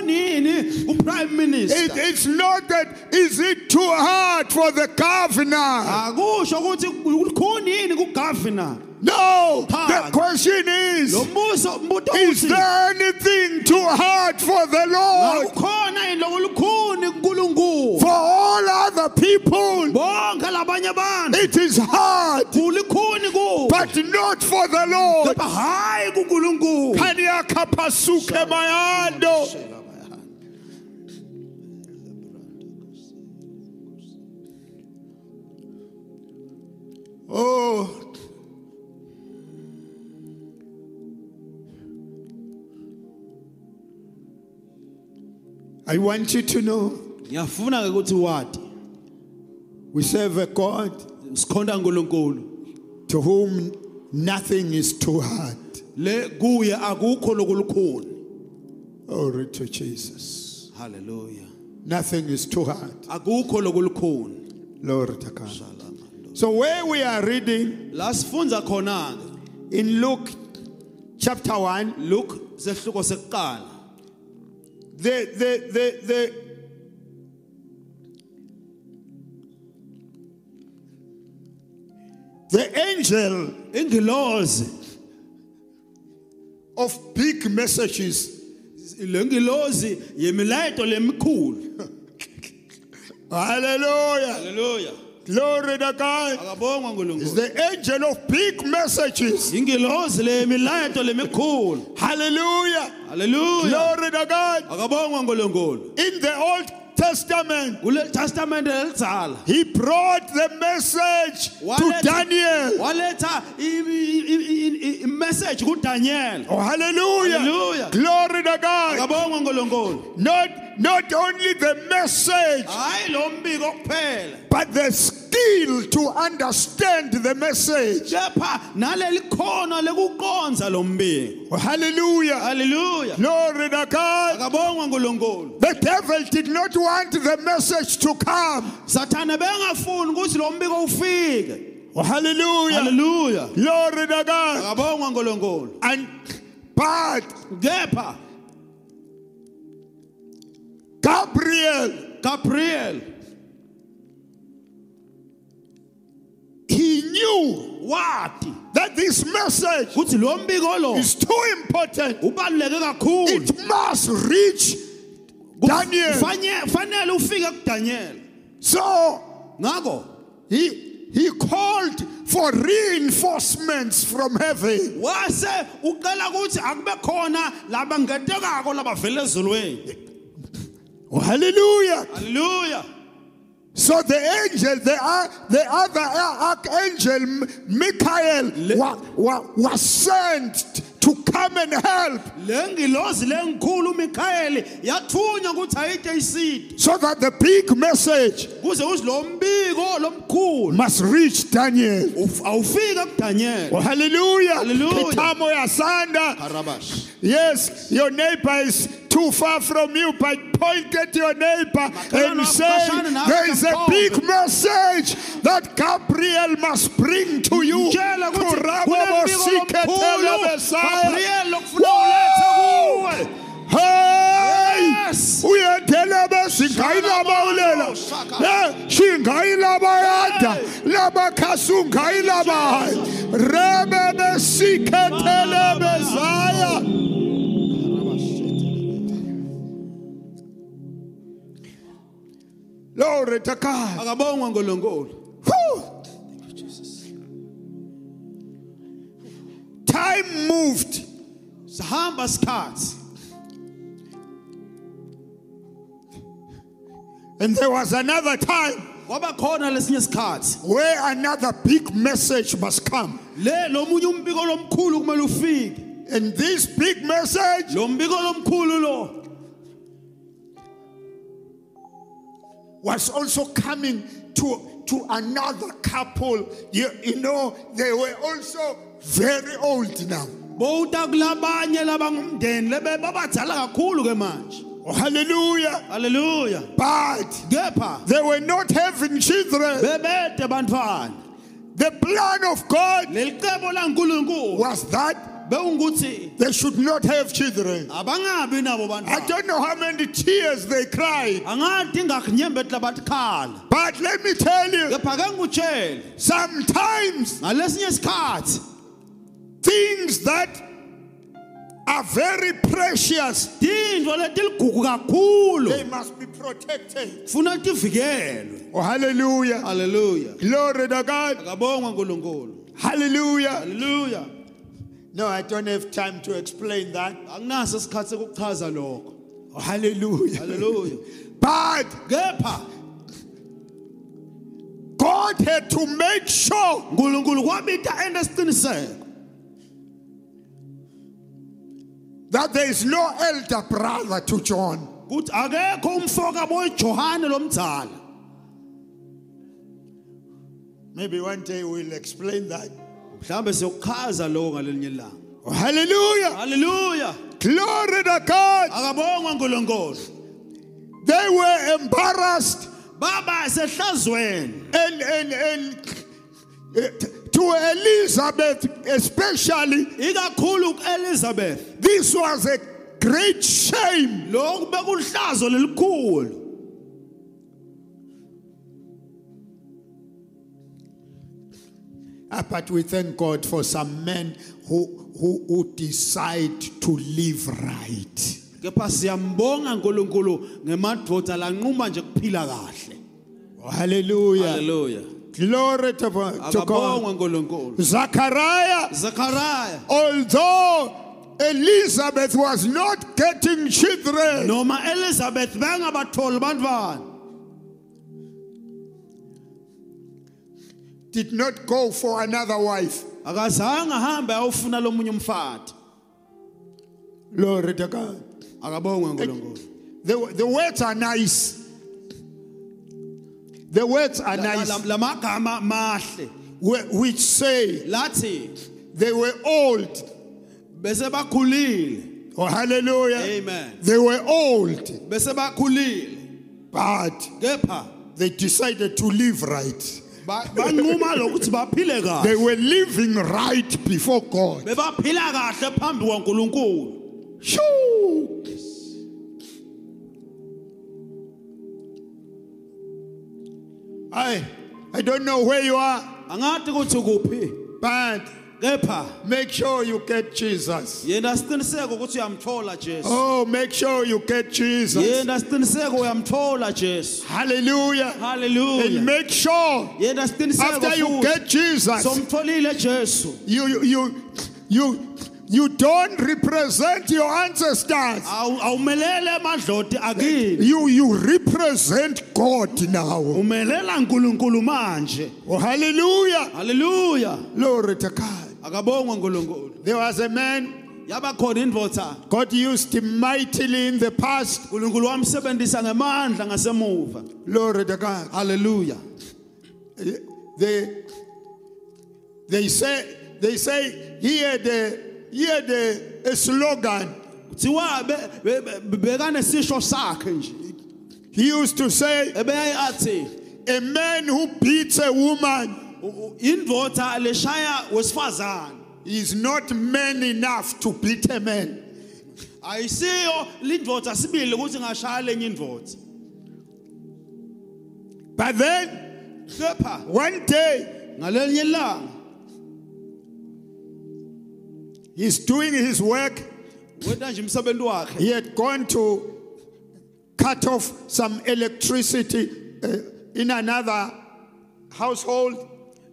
ngakulukhunini kuprime
It,
minister
it's not that is it too hard for the governor?
akusho ukuthi lukhunini kugovernor
No. The
Hard.
question is.
lo mbuso mbuto
Is
uthi
there anything too hard for the Lord?
akukhona yini loku lukhuni kunkulunkulu
For all other people,
bonke labanye abantu
it is hard,
kulikhuni ku
but not for the Lord.
kepha hhayi kunkulunkulu
Kaniakapasuke mayando. Oh. I want you to know
ngiyafuna-ke ukuthi wadi
we serve a God
sikhonda nkulunkulu
to whom nothing is too hard.
le kuye akukho loku lukhuni
Glory to Jesus.
halleluya
Nothing is too hard.
akukho loku lukhuni
Glory to God. So where we are reading
la sifundza khona-ke
in Luke chapter 1,
luke sehluko sekuqala
the the the the The angel
ingilozi
of big messages.
le ngilozi yemilayeto lemikhulu
Hallelujah.
halleluya
Glory to God.
akabongwa
It's
nkulunkulu
the angel of big messages.
ingilozi lemilayeto lemikhulu
Hallelujah.
halleluya
Glory to God.
akabongwa nkulunkulu
In the Old Testament,
kule testamente lelidzala
he brought the message to
Walet-
Daniel.
waletha imeseji kudanyeli
Oh, hallelujah.
Hallelujah.
Glory to God.
akabongwa nkulunkulu
Not, not only the message,
hhayi lo mbiko kuphela
but the skill to understand the message.
kepha naleli khona lekukonza lo mbiko
Oh, hallelujah.
halleluya
Glory to God.
akabongwa nkulunkulu
The devil did not want the message to come.
sathane bengafuni ukuthi lo mbiko ufike
Oh, hallelujah.
halleluya
Glory to God.
akabongwa nkulunkulu
And but
kepha
Gabriel,
gabriel
he knew
wadi
that this message
ukuthi lo mbiko lo
It's too important.
ubaluleke kakhulu
It must reach Daniel.
Fanye- fanele ufike kudanyeli
So
ngako
he he called for reinforcements from heaven.
wase ucela ukuthi akube khona labangetekako labavela ezulwini
Oh, hallelujah.
halleluya
So the angel, the, uh, the other uh, archangel Michael
Le-
wa, wa, was sent to come and help
le ngilozi lengikhulu umikhayeli yathunywa ukuthi ayide isidi
so that the big message
kuze uzi lo mbiko lo mkhulu
must reach Daniel.
uf- awufike
Oh,
kudanyeli
hallelujah.
Hallelujah.
Kitamo ya sanda.
arabashi
Yes, your neighbor is too far from you, but point at your neighbor and say, There is a big message that Gabriel must bring to you.
Tshela ukuthi
To Rabo
kunembiko
Bosika Tele
lomkhulu,
Messiah.
Gabriel lokufuna ulethe
Whoa! Hey!
Yes.
uyendele besingayilabawulela Eh, shingayilabayada labakhasungayilabahayi rebe besikhethele bezaya Glory to God.
akabongwa ngolonkolo
Whew. Time moved.
sihamba sikhathi
And there was another time
kwaba khona lesinye sikhathi
where another big message must come.
le lomunye umbiko lomkhulu kumele ufike
And this big message
lo mbiko lomkhulu lo
was also coming to, to another couple. You, you know, they were also very old now.
bowuta kulabanye labangumndeni lebe babadala kakhulu ke manje
Oh, hallelujah.
haleluya
But
kepha
they were not having children.
bebede bantwana
The plan of God
leli cebo lankulunkulu
was that
bewunguthi
they should not have children.
abangabi nabo
I
bantwana
don't know how many tears they cried.
angadi ngakunyembeti labatikhala
But let me tell you,
kepha ke ngutshele
sometimes
ngalesinye isikhathi
things that are very precious,
tindlo letiligugu kakhulu
they must be protected.
funa tivikelwe
Oh, hallelujah.
haleluya
Glory to God.
akabongwa nkulunkulu
Hallelujah.
haleluya
No, I don't have time to explain that.
akunaso isikhathi sokuchaza lokho
Oh, hallelujah.
haleluya
But
kepha
God had to make sure
nkulunkulu kwabita ende siqiniseko
that there is no elder brother to John.
ukuthi akekho umfokabo wejohane lomdzala
Maybe one day we'll explain that.
mhlawumbe siyokuchaza lokho ngalelinye ilanga
Oh, hallelujah.
haleluya
Glory to God.
akabongwa nkulunkulu
They were embarrassed
baba sehlazweni
and and and eh, to Elizabeth especially
ikakhulu kuElizabeth
this was a great shame
lokhu bekuhlazo lelikhulu
Ah, but we thank God for some men who who, who decide to live right
kepha siyambonga nkulunkulu ngemadoda lanquma nje kuphila kahle
Oh, hallelujah
haleluya
glory to, to God
akabongwe nkulunkulu
Zachariah
zakaraya
although Elizabeth was not getting children
noma elizabeth bengabatholi bantwana
did not go for another wife
akazange ahambe ayofuna lomunye umfati
glory to God
akabongwe nkulunkulu
The, the words are nice. The words are
La-
nice,
la- la magama mahle
wh- which say
lathi
they were old.
bese bakhulile
Oh, hallelujah.
Amen.
They were old,
bese bakhulile
but
kepha
they decided to live right.
ba- banquma lokuthi baphile kahle
They were living right before God.
bebaphila kahle phambi kwaNkuluNkulu
Shoo! I, I don't know where you are,
angathi kuthi kuphi
but
kepha
make sure you get Jesus.
yena siqiniseke ukuthi uyamthola Jesu
Oh, make sure you get Jesus.
yena siqiniseke uyamthola Jesu
Hallelujah. And
hallelujah
make sure
yena siqiniseke
after you
futhi
get Jesus,
somtholile Jesu
you you you you, you don't represent your ancestors.
Awu- awumelele amadloti akini
You you represent God now.
Um. umelela uNkulunkulu manje
Oh, hallelujah.
haleluya
Glory to God.
akabongwa uNkulunkulu
There was a man
yabakhona indvodza
God used him mightily in the past.
uNkulunkulu wamsebenzisa ngemandla ngasemuva
Glory to God.
haleluya
they they say they say he had a, he had a, a slogan
kuthiwa be- be- be- bekanesisho sakhe nje
he used to say
ebeyaye athi
a man who beats a woman
u- u- indvodza leshaya wesifazane
is not man enough to beat a man
ayisiyo lindvodza sibili ukuthi ngashaya lenye indvodza
but then
kepha
one day
ngalelinye ilanga
he's doing his work
wenta nje umsebenzi wakhe
he had gone to cut off some electricity uh, in another household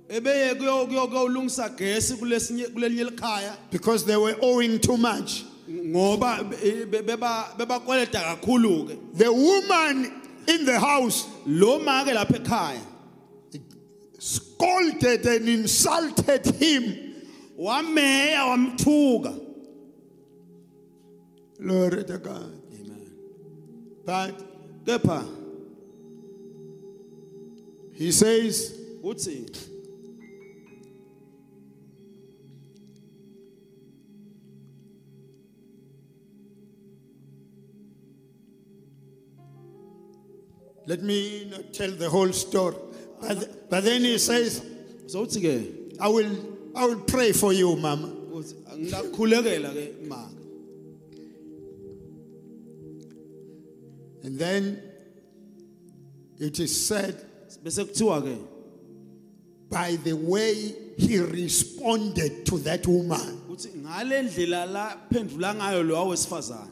ebeye kuyo- kuyo- kuyolungisa gesi kulesinye- kulelinye likhaya
because they were owing too much.
ngoba be- be- beba- bebakweleta kakhulu ke
The woman in the house
lo make lapha ekhaya
scolded and insulted him.
wameya wamthuka
Glory to God. But
kepha
he says,
uthi
let me not tell the whole story. But, but then he says,
sowuthi ke
I will, I will pray for you, Mama.
uthi ngingakukhulekela ke maka
And then it is said,
bese kuthiwa ke
by the way he responded to that woman,
uthi ngale ndlela laphendula ngayo lo wawesifazane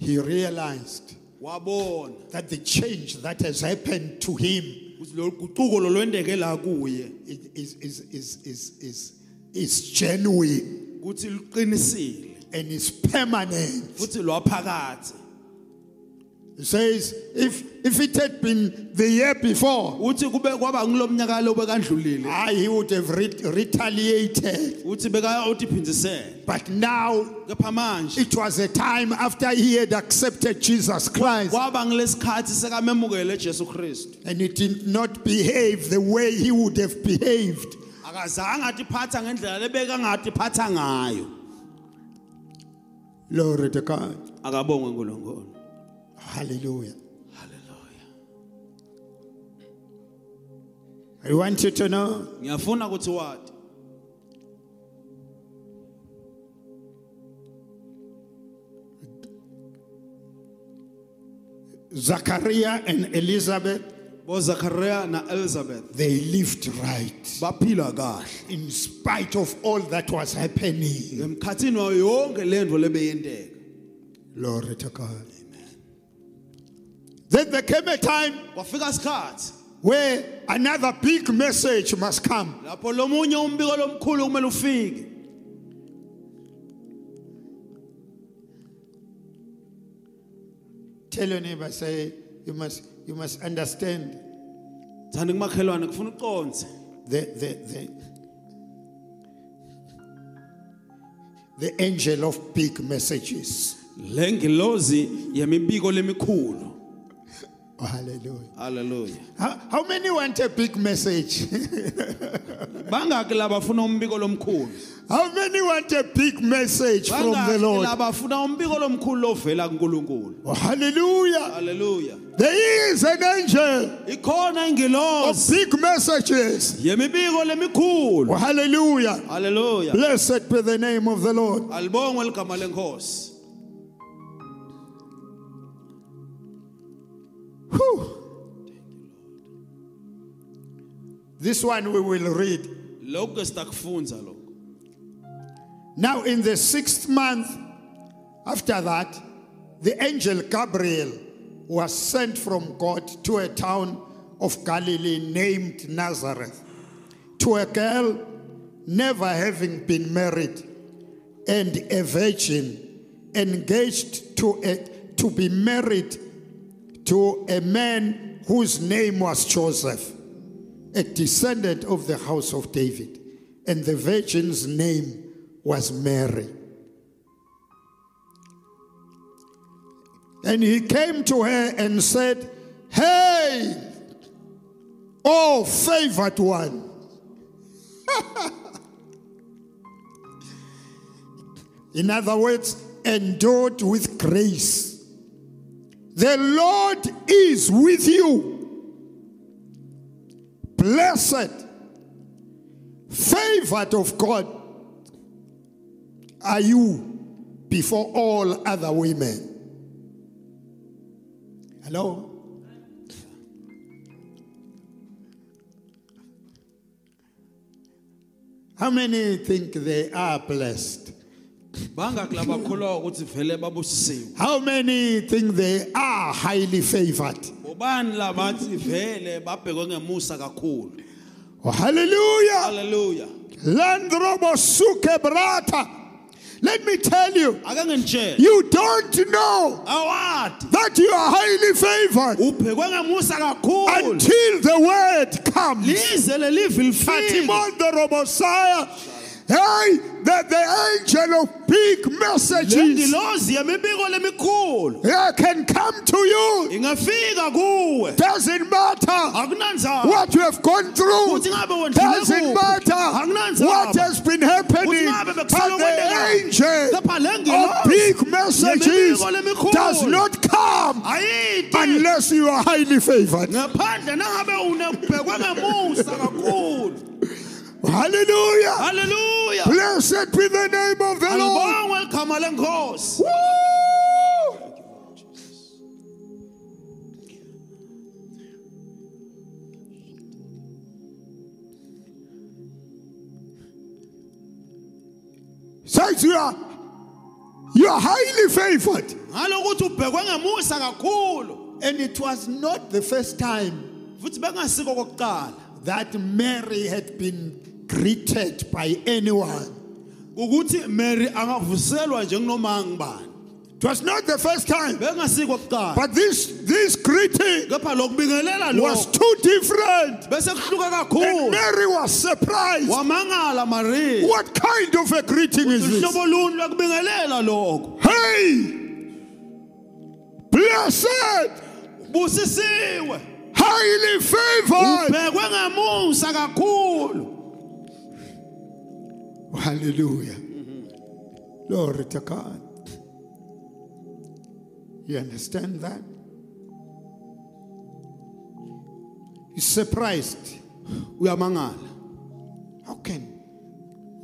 he realized
wabona
that the change that has happened to him
ukuthi lo guquko lo lwendeke la kuye
is, is, is, is, is, is, is genuine
ukuthi luqinisile
and is permanent.
futhi lwaphakathi
He says, if, if it had been the year before,
uthi kube kwaba ngilomnyaka lo bekandlulile
I, he would have re- retaliated.
uthi beka utiphindisele
But now
kepha manje
it was a time after he had accepted Jesus Christ
kwaba ngilesikhathi sekamemukele Jesu Kristu
and he did not behave the way he would have behaved.
akazange atiphatha ngendlela lebeka ngatiphatha ngayo
Glory to God.
akabonge uNkulunkulu
Hallelujah.
haleluya
I want you to know
ngiyafuna ukuthi wathi
Zachariah and Elizabeth,
bo Zakaria na Elizabeth
they lived right
baphila kahle
in spite of all that was happening.
emkhathini wayo yonke lento lebeyenteka
Glory to God. Then there came a time
kwafika isikhathi
where another big message must come.
lapho lomunye umbiko lomkhulu kumele ufike
Tell your neighbor, say, you must, you must understand
thandi kumakhelwane kufuna uqonze
the, the, the, the angel of big messages.
lengilozi yemibiko lemikhulu
Oh, hallelujah.
haleluya
How, how many want a big message? (laughs)
bangaki labafuna umbiko lomkhulu
how many want a big message from the
bangaki
Lord?
labafuna umbiko lomkhulu lovela kuNkulunkulu
Oh, hallelujah.
haleluya
There is an angel
ikhona
of
ingilozi
big messages.
yemibiko lemikhulu
Oh, hallelujah.
haleluya
Blessed be the name of the Lord.
alibongwe ligama lenkosi
This one we will read.
lokhu ke sitakufunza lokho
Now, in the sixth month after that, the angel Gabriel was sent from God to a town of Galilee named Nazareth to a girl never having been married and a virgin engaged to, a, to be married to a man whose name was Joseph, a descendant of the house of David. And the virgin's name was Mary. And he came to her and said, Hey, oh favored one. (laughs) In other words, endowed with grace. The Lord is with you. Blessed, favored of God are you before all other women. Hello? How many think they are blessed?
bangaki labakholwa ukuthi vele babusisiwe
How many think they are highly favored?
Bo- ubani labathi vele babhekwe ngemusa kakhulu
Oh, hallelujah.
haleluya
Landrobo suke brata. Let me tell you,
ake ngintshele
you don't know
awadi
that you are highly favored
ubhekwe ngemusa kakhulu
until the word comes.
lize lelive lifike
Atimon Robosaya. Hey, the, the angel of big messages
lendilozi yemibiko lemikhulu
yeah, can come to you.
ingafika kuwe
Doesn't matter
akunanzaba
what you have gone through.
ukuthi Ah. ngabe
Doesn't matter what
akunanzaba
has been happening.
Kungabe
But
bekusuke kwenzekani?
the
kepha le
angel of
ngilozi
big messages
Yemibiko lemikhulu.
does not come
ayidi
unless you are highly favored.
ngaphandle nangabe unebhekwe ngemusa kakhulu
Hallelujah.
haleluya
Blessed be the name of the Lord.
alibongwe ligama lenkosi
Says you are you are highly favored.
ngalokuthi ubhekwe ngemusa kakhulu
And it was not the first time
futhi bengasiko kokuqala
that Mary had been greeted by anyone.
ukuthi Mary angavuselwa njenganoma ngibani
It was not the first time.
bengasiko kokuqala
But this this greeting
kepha lokubingelela
was
lokho
too different.
bese kuhluka
And
kakhulu
Mary was surprised.
wamangala Maria
What kind of a greeting is this?
uhlobo luni lokubingelela lokho
Hey! Blessed,
busisiwe
highly favored.
ubhekwe ngemusa kakhulu
Hallelujah. Glory to God. You understand that? He's surprised.
uyamangala
How can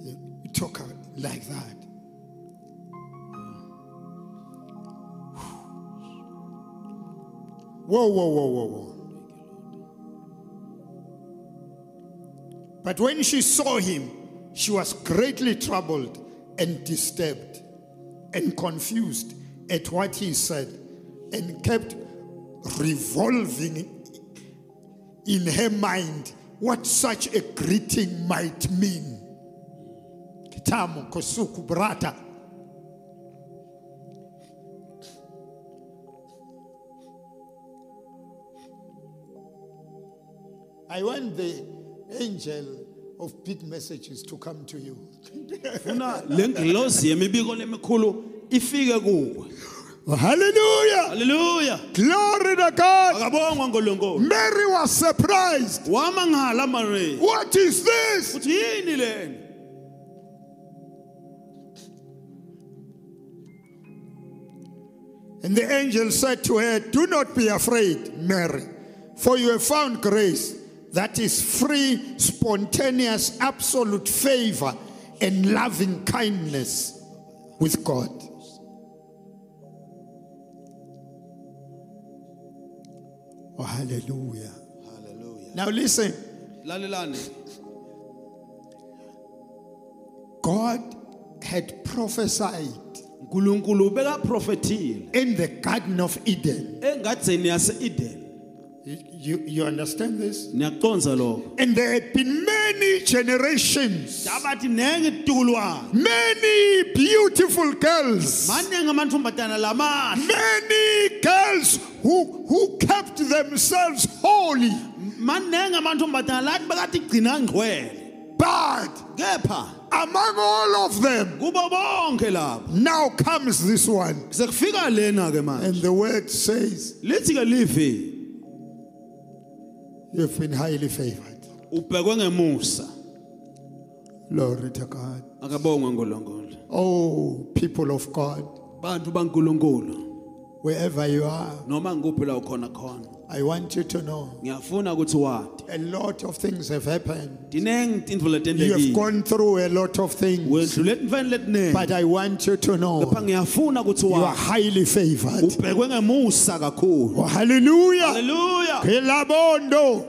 you you talk like that? Whoa, whoa, whoa, whoa, whoa. But when she saw him, she was greatly troubled and disturbed and confused at what he said and kept revolving in her mind what such a greeting might mean. Kitamu kosuku brata. I want the angel of big messages to come to you.
funa lengilosi yemibiko lemikhulu ifike kuwe
hallelujah!
haleluya
Glory to God!
akabongwa ngolonkolo
Mary was surprised.
wamangala Maria
What is this?
uthi yini lena
And the angel said to her, Do not be afraid, Mary, for you have found grace that is free, spontaneous, absolute favor and loving kindness with God. Oh, hallelujah.
haleluya
Now listen,
lalelani
God had prophesied
uNkulunkulu bekaprofetile
in the Garden of Eden.
engadzeni yase Eden
You, you understand this?
niyaqonza lokho
And there had been many generations.
abathi nenge tukulwana
Many beautiful girls,
maningi amantombazana lamahle
many girls who, who kept themselves holy,
maningi amantombazana lati bakathi gcina ngcwele
but
kepha
among all of them,
kubo bonke labo
now comes this one.
sekufika lena ke manje
And the word says,
lithi ke livi
You've been highly favored.
ubhekwe ngemusa
Glory to God.
akabongwe ngolonkolo
Oh, people of God,
bantu bankulunkulu
wherever you are,
noma ngikuphi la ukhona khona
I want you to know
ngiyafuna ukuthi wadi
a lot of things have happened.
tinenge tintfo
You have
letendekile
gone through a lot of things,
wedlule etimfeni letinenge
but I want you to
kepha
know
ngiyafuna ukuthi
you are
wadi
highly favored.
ubhekwe ngemusa kakhulu
Oh, hallelujah.
haleluya
Kelabondo.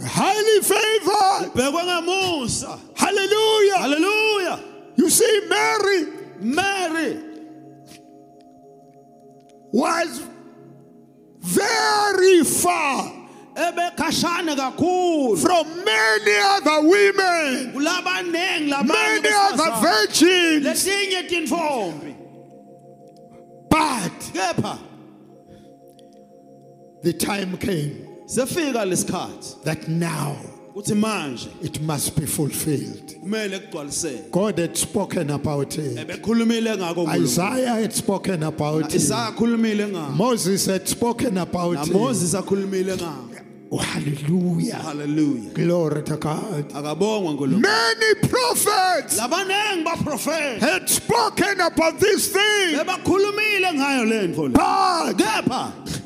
Highly favored.
ubhekwe ngemusa
Hallelujah.
haleluya
You see, Mary
Mary
was very far
ebekhashane kakhulu
from many other women,
kulabaningi labantu
many other
besifazane,
virgins,
letinye tintfombi
but
kepha
the time came
sefika lesikhathi
that now
uthi manje
it must be fulfilled.
kumele kugcwaliseke
God had spoken about it.
ebekhulumile ngako uNkulunkulu.
Isaiah had spoken about it.
isaya akhulumile ngako
Moses had spoken about it.
namoses akhulumile ngako
Oh, hallelujah.
halleluya
Glory to God.
akabongwe nkulunkulu
Many prophets
labaningi baprofeta
had spoken about this thing,
bebakhulumile ngayo le nto le
but
kepha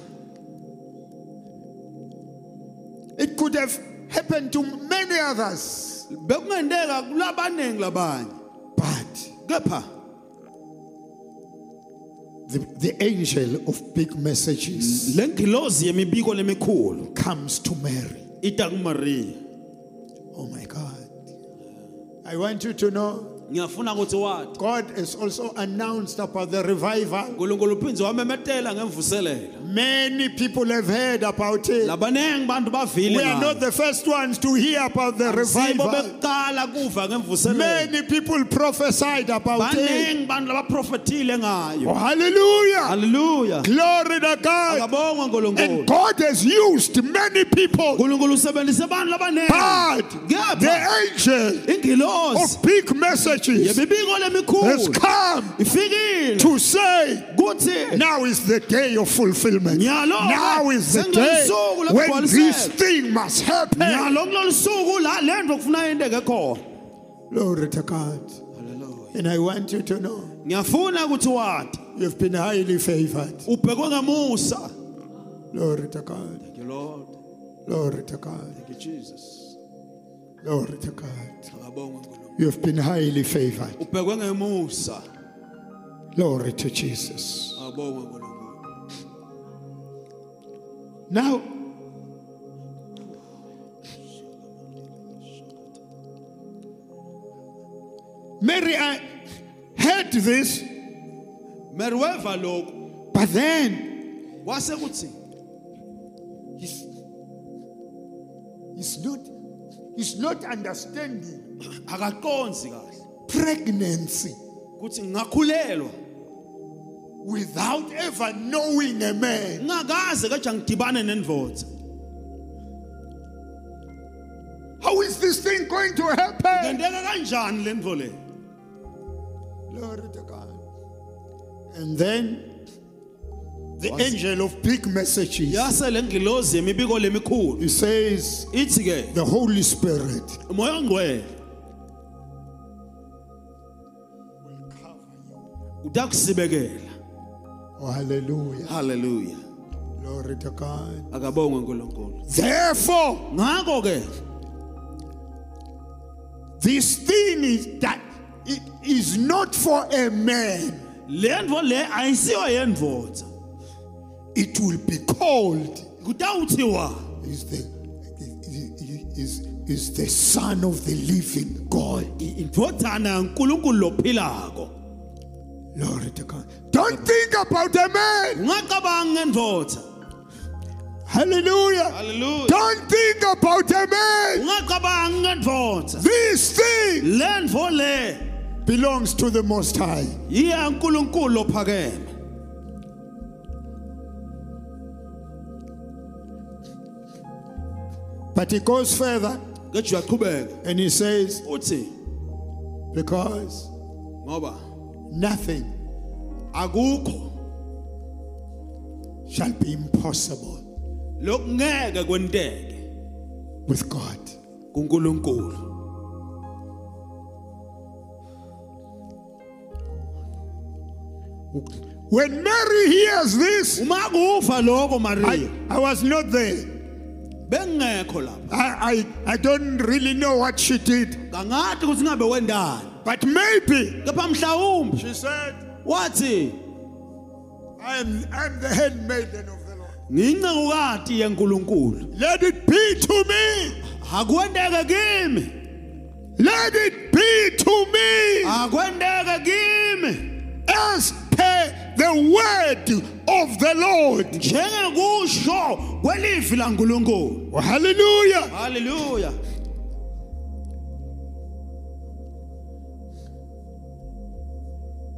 it could have happened to many others.
bekungenteka kulabaningi labanye
But
kepha
the, the angel of big messages
le ngilozi yemibiko lemikhulu
comes to Mary.
ita kumariya
Oh my God. I want you to know
ngiyafuna ukuthi wathi
God has also announced about the revival.
nkulunkulu uphinze wamemetela ngemvuselelo
Many people have heard about it.
labaningi bantu bavile
We are not the first ones to hear about the
sibo
revival.
bekuqala kuva ngemvuselelo
Many people prophesied about it.
baningi bantu labaprofethile ngayo
Oh, hallelujah.
halleluya
Glory to God.
akabongwe
And
nkulunkulu
God has used many people,
nkulunkulu usebenzise abantu labaningi
but
Kepha-
the angel
ingilosi
of big messages
yemibiko
has
lemikhulu
Oh. come
ifikile
to say,
kuthi
Now is the day of fulfillment.
Ngiyaloba,
Now is the day
sengilolusuku
when
lokugcwalisela.
this thing must happen.
nyalo kulolu suku la le nto kufuna yenteke khona
Glory to God. And I want you to know
ngiyafuna ukuthi wathi
you've been highly favored.
ubhekwe ngemusa
Glory to God.
Thank you, Lord.
Glory to God.
Thank you, Jesus.
Glory to God.
Ngiyabonga uNkulunkulu.
You've been highly favored.
Ubhekwe ngemusa.
Glory to Jesus.
Ngiyabonga uNkulunkulu.
Now, Mary I heard this,
Mary weva lokhu
but then
wase kuthi
He's, he's not he's not understanding
akaqonzi kahle
pregnancy
ukuthi ngingakhulelwa
without ever knowing a man.
ngingakaze kanje ngidibane nendvodza.
How is this thing going to happen?
Kendeka kanjani le ndvo le?
Glory to God. And then the angel of big messages
Yase le ngilozi yemibiko lemikhulu.
he says
Ithi ke
the Holy Spirit
umoya ngcwele
will cover you.
utakusibekela.
Oh, hallelujah.
Hallelujah.
Glory to God.
Akabongwe uNkulunkulu.
Therefore,
Ngako ke
this thing is that it is not for a man.
le ndvo le ayisiyo yendvodza.
it will be called
Kutawuthiwa
is the is, is the son of the living god
indvodana yankulunkulu lophilako
glory to god don't think about a man
ungacabanga ngendvodza
hallelujah
halleluya
don't think about a man
ungacabanga ngendvodza
this thing
le ndvo le
belongs to the most high
yiya nkulunkulu lophakeme
but he goes further
kethi uyaqhubeka
and he says
uthi
because
ngoba
nothing
akukho
shall be impossible
lokungeke kwenteke
with god
kunkulunkulu
when mary hears this
uma kuva loko
i,
mariya
I was not there
bengekho lapho
I, I, I don't really know what she did,
kangathi ukuthi ngabe wendani
but maybe
kepha mhlawumbi
she said,
wathi
I'm, I'm the handmaiden of the Lord.
ngiyincekukati yenkulunkulu
Let it be to me.
akwenteke kimi
Let it be to me
akwendeke kimi
as per the word of the Lord.
njengekusho kwelivi lankulunkulu
Hallelujah.
Hallelujah.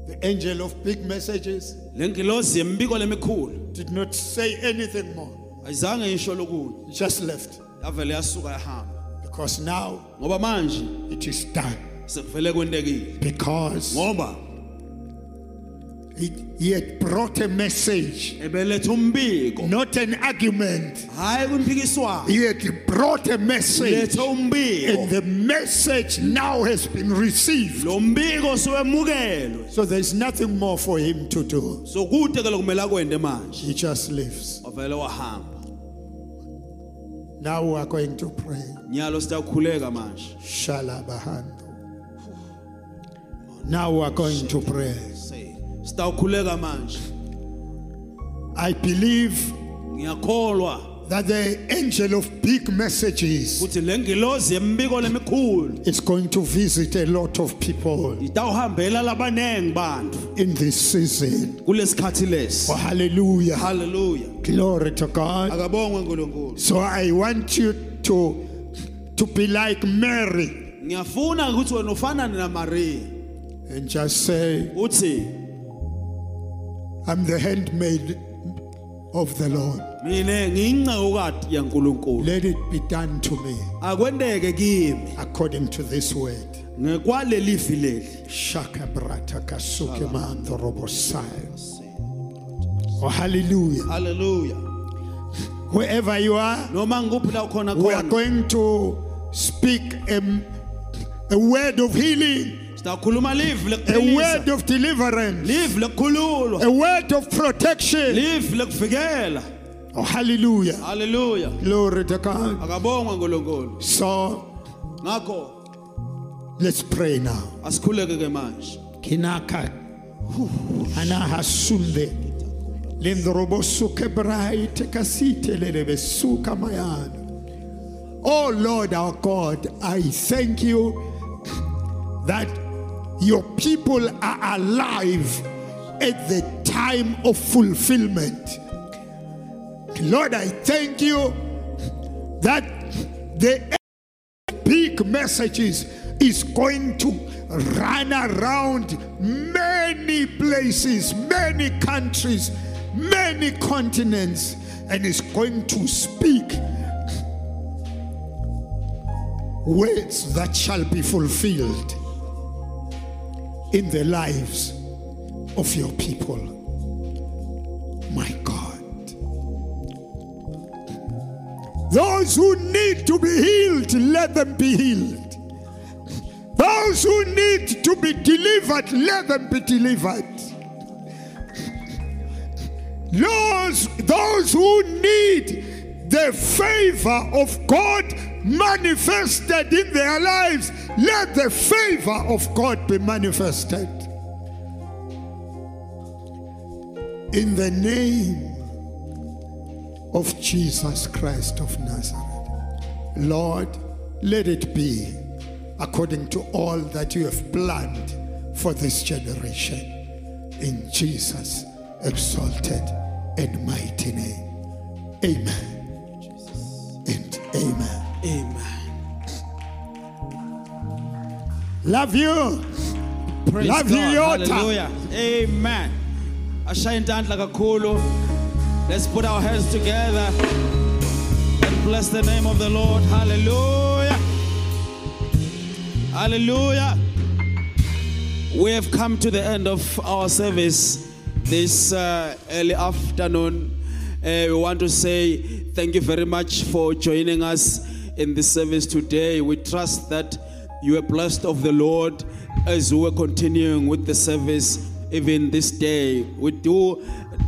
The angel of big messages
Lengilosi yembiko lemikhulu
did not say anything more,
ayizange isho lokunye
He just left
yavele yasuka yahamba
because now
ngoba manje
it is done.
sekuvele kwentekile
Because
ngoba
he, he had brought a message,
ebeletha umbiko
not an argument.
hayi kumphikiswano
He had brought a message,
letha umbiko
and the message now has been received.
lo mbiko siwemukelwe
So there's nothing more for him to do.
so kude ke lokumele akwende manje
He just leaves.
wavele wahamba
Now we are going to pray.
nyalo sitakhuleka manje
Shalabahando. Now we are going to pray.
Say, sitawukhuleka manje
I believe
ngiyakholwa
that the angel of big messages
ukuthi lengilozi yembiko lemikhulu
is going to visit a lot of people
itawuhambela labanengi bantu
in this season.
kulesikhathi lesi
Oh, hallelujah.
haleluya
Glory to God.
akabongwe uNkulunkulu
So I want you to, to be like Mary
ngiyafuna ukuthi wena ufanane na Maria
and just say,
uthi
I'm the handmaid of the Lord.
mine ngiyincekukati yaNkulunkulu
Let it be done to me
akwendeke kimi
according to this word.
ngekwaleli vi leli
Shakabrata kasuke mando robosai. Oh, hallelujah.
haleluya
Wherever you are,
noma ngikuphi la ukhona
we are
khona
going to speak a, a word of healing,
sitakhuluma livi
a
lekuphelisa
word of deliverance,
livi lekukhululwa
a word of protection.
livi lekuvikela
Oh, hallelujah.
haleluya
Glory to God.
akabongwe uNkulunkulu
So
ngakho
let's pray now.
asikhuleke ke manje
Kinaka anahasunde lindrobosuke bright kasite lerebesuka mayana. Oh Lord our God, I thank you that your people are alive at the time of fulfillment. Lord, I thank you that the big messages is going to run around many places, many countries, many continents, and is going to speak words that shall be fulfilled in the lives of your people. My God. Those who need to be healed, let them be healed. Those who need to be delivered, let them be delivered. Those, those who need the favor of God manifested in their lives, let the favor of God be manifested. In the name of Jesus Christ of Nazareth. Lord, let it be according to all that you have planned for this generation. In Jesus' exalted and mighty name. Amen. And amen.
amen
Love you.
Praise
Love
God.
you, Yota.
Hallelujah. Amen. Ashaye intandla kakhulu. Let's put our hands together and bless the name of the Lord. Hallelujah. Hallelujah. We have come to the end of our service this uh, early afternoon. Uh, we want to say thank you very much for joining us in this service today. We trust that you are blessed of the Lord as we are continuing with the service even this day. We do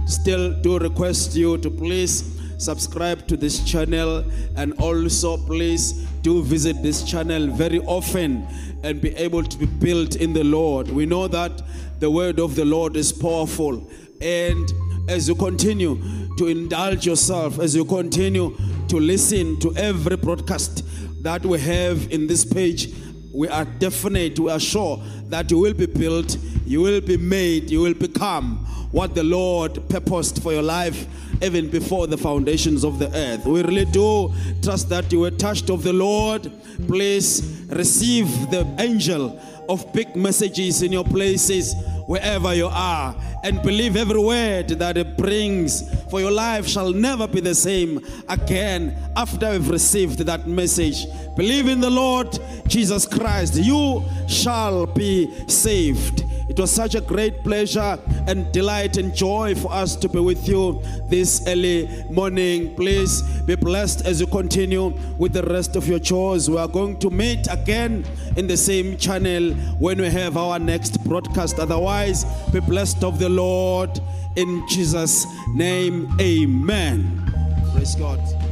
still do request you to please subscribe to this channel and also please do visit this channel very often and be able to be built in the Lord. We know that the word of the Lord is powerful and as you continue to indulge yourself as you continue to listen to every broadcast that we have in this page we are definite, we are sure that you will be built, you will be made, you will become what the Lord purposed for your life even before the foundations of the earth. We really do trust that you were touched of the Lord. Please receive the angel of big messages in your places wherever you are and believe every word that it brings for your life shall never be the same again after we've received that message believe in the lord jesus christ you shall be saved it was such a great pleasure and delight and joy for us to be with you this early morning. Please be blessed as you continue with the rest of your chores. We are going to meet again in the same channel when we have our next broadcast. Otherwise, be blessed of the Lord in Jesus' name. Amen. Praise God.